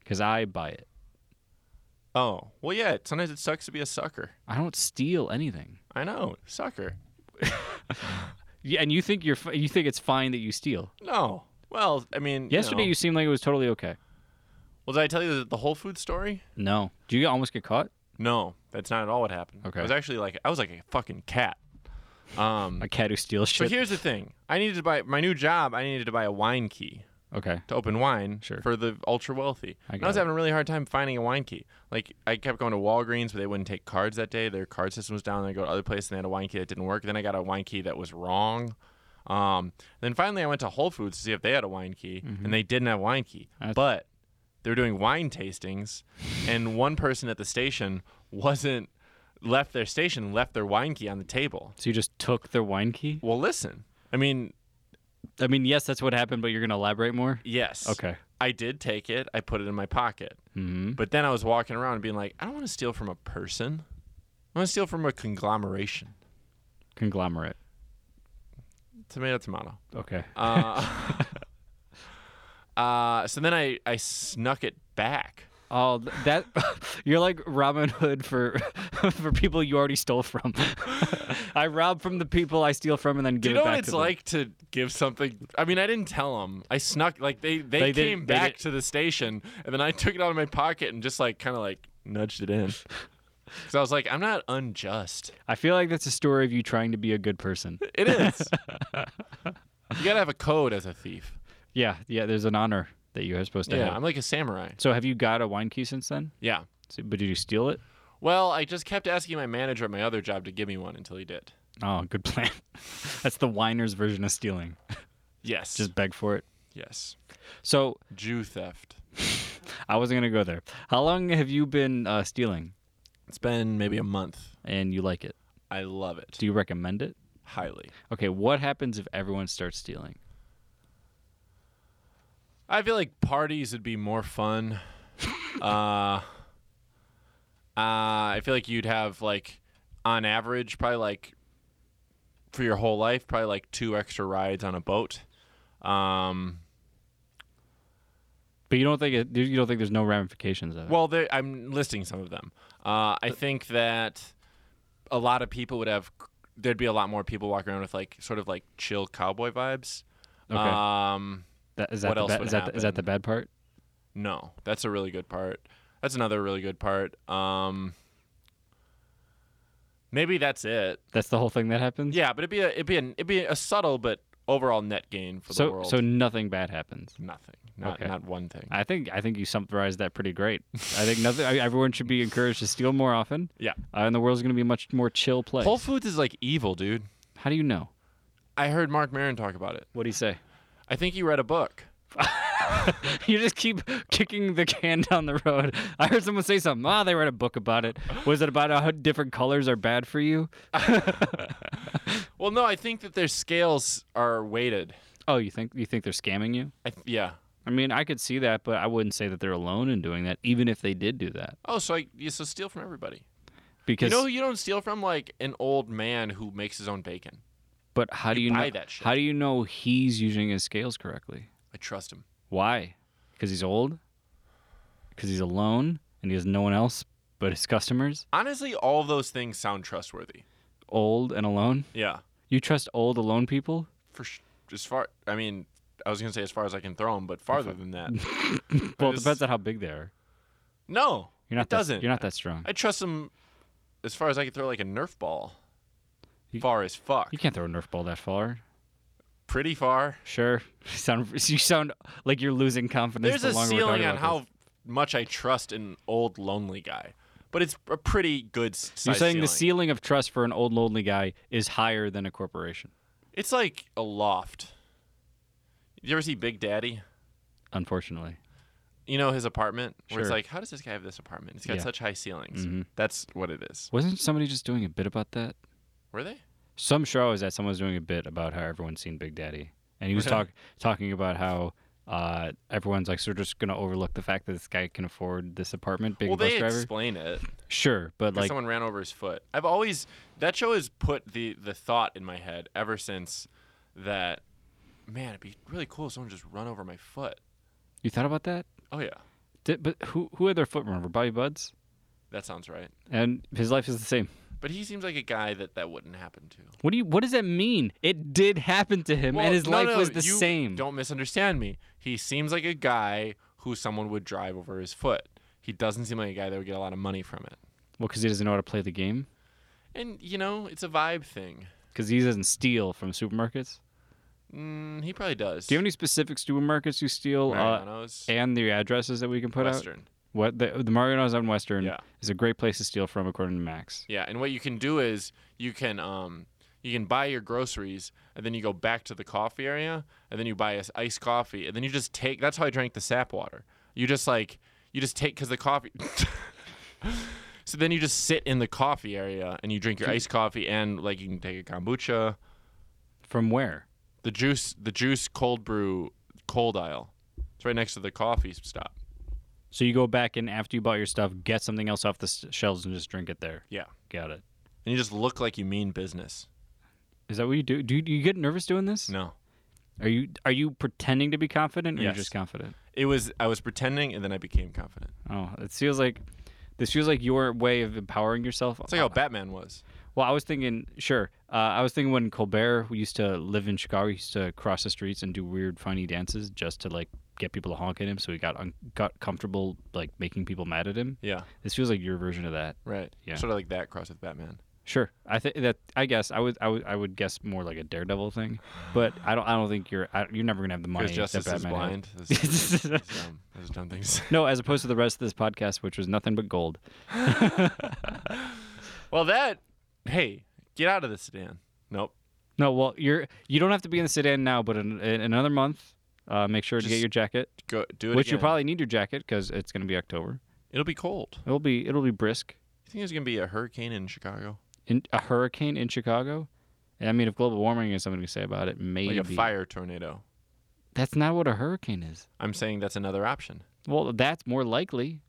[SPEAKER 2] because I buy it.
[SPEAKER 1] Oh. Well, yeah. Sometimes it sucks to be a sucker.
[SPEAKER 2] I don't steal anything.
[SPEAKER 1] I know. Sucker.
[SPEAKER 2] Yeah, and you think you're fi- you think it's fine that you steal.
[SPEAKER 1] No. Well, I mean,
[SPEAKER 2] Yesterday
[SPEAKER 1] you.
[SPEAKER 2] you,
[SPEAKER 1] know.
[SPEAKER 2] seemed like it was totally okay.
[SPEAKER 1] Well, did I tell you the, the Whole Food story?
[SPEAKER 2] No, do you almost get caught?
[SPEAKER 1] No, that's not at all what happened.
[SPEAKER 2] Okay.
[SPEAKER 1] I was actually like, I was like a fucking cat. Um,
[SPEAKER 2] A cat who steals
[SPEAKER 1] so
[SPEAKER 2] shit.
[SPEAKER 1] here's the thing: I needed to buy my new job. I needed to buy a wine key
[SPEAKER 2] okay.
[SPEAKER 1] to open wine
[SPEAKER 2] Sure.
[SPEAKER 1] for the ultra wealthy.
[SPEAKER 2] I
[SPEAKER 1] And I,
[SPEAKER 2] got
[SPEAKER 1] was
[SPEAKER 2] it.
[SPEAKER 1] having a really hard time finding a wine key. Like I kept going to Walgreens, but they wouldn't take cards that day. Their card system was down. Then I go to other place and they had a wine key that didn't work. Then I got a wine key that was wrong. Um, then finally I went to Whole Foods to see if they had a wine key, and they didn't have a wine key.
[SPEAKER 2] Mm-hmm. That's-
[SPEAKER 1] But they were doing wine tastings, and one person at the station wasn't left their station, left their wine key on the table.
[SPEAKER 2] So you just took their wine key?
[SPEAKER 1] Well, listen. I mean,
[SPEAKER 2] I mean, yes, that's what happened, but you're gonna elaborate more.
[SPEAKER 1] yes.
[SPEAKER 2] Okay.
[SPEAKER 1] I did take it. I put it in my pocket.
[SPEAKER 2] Mm-hmm.
[SPEAKER 1] But then I was walking around and being like, I don't want to steal from a person. I want to steal from a conglomeration.
[SPEAKER 2] Conglomerate.
[SPEAKER 1] Tomato, tomato.
[SPEAKER 2] Okay.
[SPEAKER 1] Uh, uh, so then I, I snuck it back.
[SPEAKER 2] Oh, th- that you're like Robin Hood for for people you already stole from. I rob from the people I steal from and then
[SPEAKER 1] Do
[SPEAKER 2] give
[SPEAKER 1] you
[SPEAKER 2] it
[SPEAKER 1] know
[SPEAKER 2] back
[SPEAKER 1] what it's
[SPEAKER 2] to them.
[SPEAKER 1] like to give something? I mean, I didn't tell them. I snuck like they they,
[SPEAKER 2] They did-
[SPEAKER 1] came
[SPEAKER 2] they
[SPEAKER 1] back
[SPEAKER 2] did-
[SPEAKER 1] to the station, and then I took it out of my pocket and just like kind of like nudged it in. So I was like, I'm not unjust.
[SPEAKER 2] I feel like that's a story of you trying to be a good person.
[SPEAKER 1] It is. you gotta have a code as a thief.
[SPEAKER 2] Yeah, yeah. There's an honor that you are supposed to
[SPEAKER 1] Yeah,
[SPEAKER 2] have.
[SPEAKER 1] I'm like a samurai.
[SPEAKER 2] So have you got a wine key since then?
[SPEAKER 1] Yeah.
[SPEAKER 2] So, but did you steal it?
[SPEAKER 1] Well, I just kept asking my manager at my other job to give me one until he did.
[SPEAKER 2] Oh, good plan. That's the winer's version of stealing.
[SPEAKER 1] Yes.
[SPEAKER 2] Just beg for it.
[SPEAKER 1] yes.
[SPEAKER 2] So
[SPEAKER 1] Jew theft.
[SPEAKER 2] I wasn't gonna go there. How long have you been uh, stealing,
[SPEAKER 1] It's been maybe a month.
[SPEAKER 2] and you like it?
[SPEAKER 1] I love it
[SPEAKER 2] Do you recommend it?
[SPEAKER 1] highly.
[SPEAKER 2] Okay, what happens if everyone starts stealing?
[SPEAKER 1] I feel like parties would be more fun. uh, uh, I feel like you'd have like, on average, probably like, for your whole life, probably like two extra rides on a boat. Um,
[SPEAKER 2] But you don't think it, you don't think there's no ramifications of it.
[SPEAKER 1] Well, there, I'm listing some of them. Uh, I think that a lot of people would have. There'd be a lot more people walking around with like sort of like chill cowboy vibes.
[SPEAKER 2] Okay.
[SPEAKER 1] Um,
[SPEAKER 2] That, is that
[SPEAKER 1] what
[SPEAKER 2] the
[SPEAKER 1] else
[SPEAKER 2] ba-
[SPEAKER 1] would
[SPEAKER 2] is that the, is that the bad part?
[SPEAKER 1] no, that's a really good part. That's another really good part. Um, maybe that's it.
[SPEAKER 2] That's the whole thing that happens.
[SPEAKER 1] Yeah, but it'd be a it'd be an, it'd be a subtle but overall net gain for the
[SPEAKER 2] So
[SPEAKER 1] world.
[SPEAKER 2] so nothing bad happens.
[SPEAKER 1] nothing, not
[SPEAKER 2] Okay.
[SPEAKER 1] not one thing.
[SPEAKER 2] I think I think you summarized that pretty great. I think nothing. I, everyone should be encouraged to steal more often.
[SPEAKER 1] Yeah.
[SPEAKER 2] uh, and the world's going to be a much more chill place.
[SPEAKER 1] Whole Foods is like evil, dude.
[SPEAKER 2] How do you know?
[SPEAKER 1] I heard Mark Maron talk about it.
[SPEAKER 2] What do you say?
[SPEAKER 1] I think he read a book.
[SPEAKER 2] you just keep kicking the can down the road. I heard someone say something. Ah, they read a book about it. Was it about how different colors are bad for you?
[SPEAKER 1] Well, no, I think that their scales are weighted.
[SPEAKER 2] Oh, you think you think they're scamming you?
[SPEAKER 1] I th- yeah.
[SPEAKER 2] I mean, I could see that, but I wouldn't say that they're alone in doing that. Even if they did do that,
[SPEAKER 1] Oh, so I yeah, so steal from everybody. You
[SPEAKER 2] because
[SPEAKER 1] know, who you don't steal from like an old man who makes his own bacon.
[SPEAKER 2] but how do you
[SPEAKER 1] buy
[SPEAKER 2] know?
[SPEAKER 1] that shit.
[SPEAKER 2] How do you know he's using his scales correctly?
[SPEAKER 1] I trust him.
[SPEAKER 2] Why? Because he's old? Because he's alone and he has no one else but his customers?
[SPEAKER 1] Honestly, all of those things sound trustworthy.
[SPEAKER 2] Old and alone?
[SPEAKER 1] Yeah.
[SPEAKER 2] You trust old, alone people?
[SPEAKER 1] For sh- as far, I mean, I was gonna say as far as I can throw him, but farther than that,
[SPEAKER 2] Well, it
[SPEAKER 1] just-
[SPEAKER 2] depends on how big they are.
[SPEAKER 1] no,
[SPEAKER 2] You're not
[SPEAKER 1] it
[SPEAKER 2] that,
[SPEAKER 1] doesn't.
[SPEAKER 2] You're not that strong.
[SPEAKER 1] I trust him as far as I can throw like a Nerf ball.
[SPEAKER 2] You-
[SPEAKER 1] far as fuck.
[SPEAKER 2] You can't throw a Nerf ball that far.
[SPEAKER 1] Pretty far.
[SPEAKER 2] Sure. You sound, you sound like you're losing
[SPEAKER 1] There's
[SPEAKER 2] confidence. the
[SPEAKER 1] a
[SPEAKER 2] longer we're
[SPEAKER 1] ceiling
[SPEAKER 2] talking
[SPEAKER 1] on
[SPEAKER 2] about
[SPEAKER 1] how
[SPEAKER 2] this.
[SPEAKER 1] much I trust an old lonely guy, but it's a pretty good. s-
[SPEAKER 2] You're
[SPEAKER 1] size
[SPEAKER 2] saying
[SPEAKER 1] ceiling.
[SPEAKER 2] the ceiling of trust for an old, lonely guy is higher than a corporation.
[SPEAKER 1] It's like a loft. You ever see Big Daddy?
[SPEAKER 2] Unfortunately,
[SPEAKER 1] You know his apartment where it's
[SPEAKER 2] Sure.
[SPEAKER 1] like, how does this guy have this apartment? It's got
[SPEAKER 2] Yeah.
[SPEAKER 1] such high ceilings.
[SPEAKER 2] Mhm.
[SPEAKER 1] That's what it is.
[SPEAKER 2] wasn't somebody just doing a bit about that?
[SPEAKER 1] Were they?
[SPEAKER 2] some show I was at, someone was doing a bit about how everyone's seen Big Daddy, and he was
[SPEAKER 1] Okay.
[SPEAKER 2] talk, talking about how uh, everyone's like sort of just gonna overlook the fact that this guy can afford this apartment, being
[SPEAKER 1] well,
[SPEAKER 2] a bus
[SPEAKER 1] they
[SPEAKER 2] driver.
[SPEAKER 1] explain it. 'cause
[SPEAKER 2] sure, but like
[SPEAKER 1] someone ran over his foot. I've always that show has put the the thought in my head ever since that. Man, it'd be really cool if someone just run over my foot.
[SPEAKER 2] you thought about that?
[SPEAKER 1] Oh yeah,
[SPEAKER 2] Did, but who who had their foot run over? Bobby Buds,
[SPEAKER 1] that sounds right.
[SPEAKER 2] and his life is the same.
[SPEAKER 1] But he seems like a guy that that wouldn't happen to.
[SPEAKER 2] What do you? What does that mean? It did happen to him,
[SPEAKER 1] Well,
[SPEAKER 2] and his
[SPEAKER 1] no,
[SPEAKER 2] life
[SPEAKER 1] no,
[SPEAKER 2] was the
[SPEAKER 1] you
[SPEAKER 2] same.
[SPEAKER 1] Don't misunderstand me. He seems like a guy who someone would drive over his foot. He doesn't seem like a guy that would get a lot of money from it.
[SPEAKER 2] Well, because he doesn't know how to play the game.
[SPEAKER 1] And you know, it's a vibe thing.
[SPEAKER 2] Because he doesn't steal from supermarkets.
[SPEAKER 1] Mm, he probably does.
[SPEAKER 2] Do you have any specific supermarkets you steal? Uh,
[SPEAKER 1] Mariano's
[SPEAKER 2] and the addresses that we can put out.
[SPEAKER 1] Western?
[SPEAKER 2] What the, the Mariano's on Western
[SPEAKER 1] Yeah.
[SPEAKER 2] is a great place to steal from, according to Max.
[SPEAKER 1] Yeah, and what you can do is you can um you can buy your groceries and then you go back to the coffee area and then you buy us iced coffee and then you just take that's how I drank the sap water. You just like you just take cuz the coffee So then you just sit in the coffee area and you drink your iced coffee and like you can take a kombucha,
[SPEAKER 2] From where?
[SPEAKER 1] the juice the juice cold brew cold aisle. It's right next to the coffee stop.
[SPEAKER 2] So you go back in after you bought your stuff, get something else off the s- shelves, and just drink it there.
[SPEAKER 1] Yeah.
[SPEAKER 2] Got it.
[SPEAKER 1] And you just look like you mean business.
[SPEAKER 2] Is that what you do? Do you, do you get nervous doing this?
[SPEAKER 1] No.
[SPEAKER 2] Are you are you pretending to be confident, or
[SPEAKER 1] Yes.
[SPEAKER 2] you're just confident?
[SPEAKER 1] It was I was pretending and then I became confident.
[SPEAKER 2] Oh, it feels like this feels like your way of empowering yourself.
[SPEAKER 1] It's like how Batman was.
[SPEAKER 2] Well, I was thinking, sure. Uh, I was thinking when Colbert who used to live in Chicago, he used to cross the streets and do weird, funny dances just to like get people to honk at him, so he got un- got comfortable like making people mad at him.
[SPEAKER 1] Yeah.
[SPEAKER 2] This feels like your version of that.
[SPEAKER 1] Right.
[SPEAKER 2] Yeah.
[SPEAKER 1] Sort of like that cross with Batman.
[SPEAKER 2] Sure, I think that I guess I would I would I would guess more like a daredevil thing, but I don't I don't think you're I, you're never gonna have the money.
[SPEAKER 1] Because
[SPEAKER 2] that
[SPEAKER 1] justice is
[SPEAKER 2] Batman had.
[SPEAKER 1] blind. That's, that's dumb. Those are dumb things.
[SPEAKER 2] no, as opposed to the rest of this podcast, which was nothing but gold.
[SPEAKER 1] Well, that. Hey, get out of the sedan. Nope.
[SPEAKER 2] No, well, you're you don't have to be in the sedan now, but in, in another month, uh, make sure to get
[SPEAKER 1] Just
[SPEAKER 2] your jacket,
[SPEAKER 1] Go do it.
[SPEAKER 2] which you
[SPEAKER 1] again.
[SPEAKER 2] probably need your jacket because it's gonna be October.
[SPEAKER 1] It'll be cold.
[SPEAKER 2] It'll be it'll be brisk.
[SPEAKER 1] You think there's gonna be a hurricane in Chicago?
[SPEAKER 2] In, a hurricane in Chicago. And I mean, if global warming is something to say about it, maybe
[SPEAKER 1] Like a fire tornado.
[SPEAKER 2] That's not what a hurricane is.
[SPEAKER 1] I'm saying that's another option.
[SPEAKER 2] Well, that's more likely.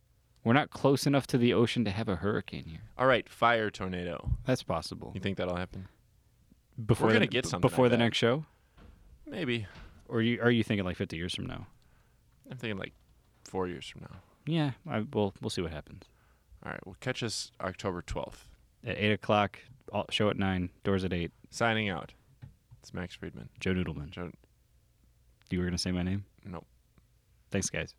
[SPEAKER 2] We're not close enough to the ocean to have a hurricane here.
[SPEAKER 1] All right, fire tornado.
[SPEAKER 2] That's possible.
[SPEAKER 1] You think that'll happen?
[SPEAKER 2] Before
[SPEAKER 1] gonna
[SPEAKER 2] the,
[SPEAKER 1] get something
[SPEAKER 2] before
[SPEAKER 1] like
[SPEAKER 2] the
[SPEAKER 1] that.
[SPEAKER 2] next show,
[SPEAKER 1] Maybe.
[SPEAKER 2] or you are you thinking like 50 years from now?
[SPEAKER 1] I'm thinking like four years from now.
[SPEAKER 2] Yeah, I, we'll we'll see what happens.
[SPEAKER 1] All right. Well, catch us October 12th.
[SPEAKER 2] At eight o'clock, all- show at nine, doors at eight.
[SPEAKER 1] Signing out. It's Max Friedman.
[SPEAKER 2] Joe Noodleman.
[SPEAKER 1] Joe-
[SPEAKER 2] You were gonna say my name.
[SPEAKER 1] Nope.
[SPEAKER 2] Thanks, guys.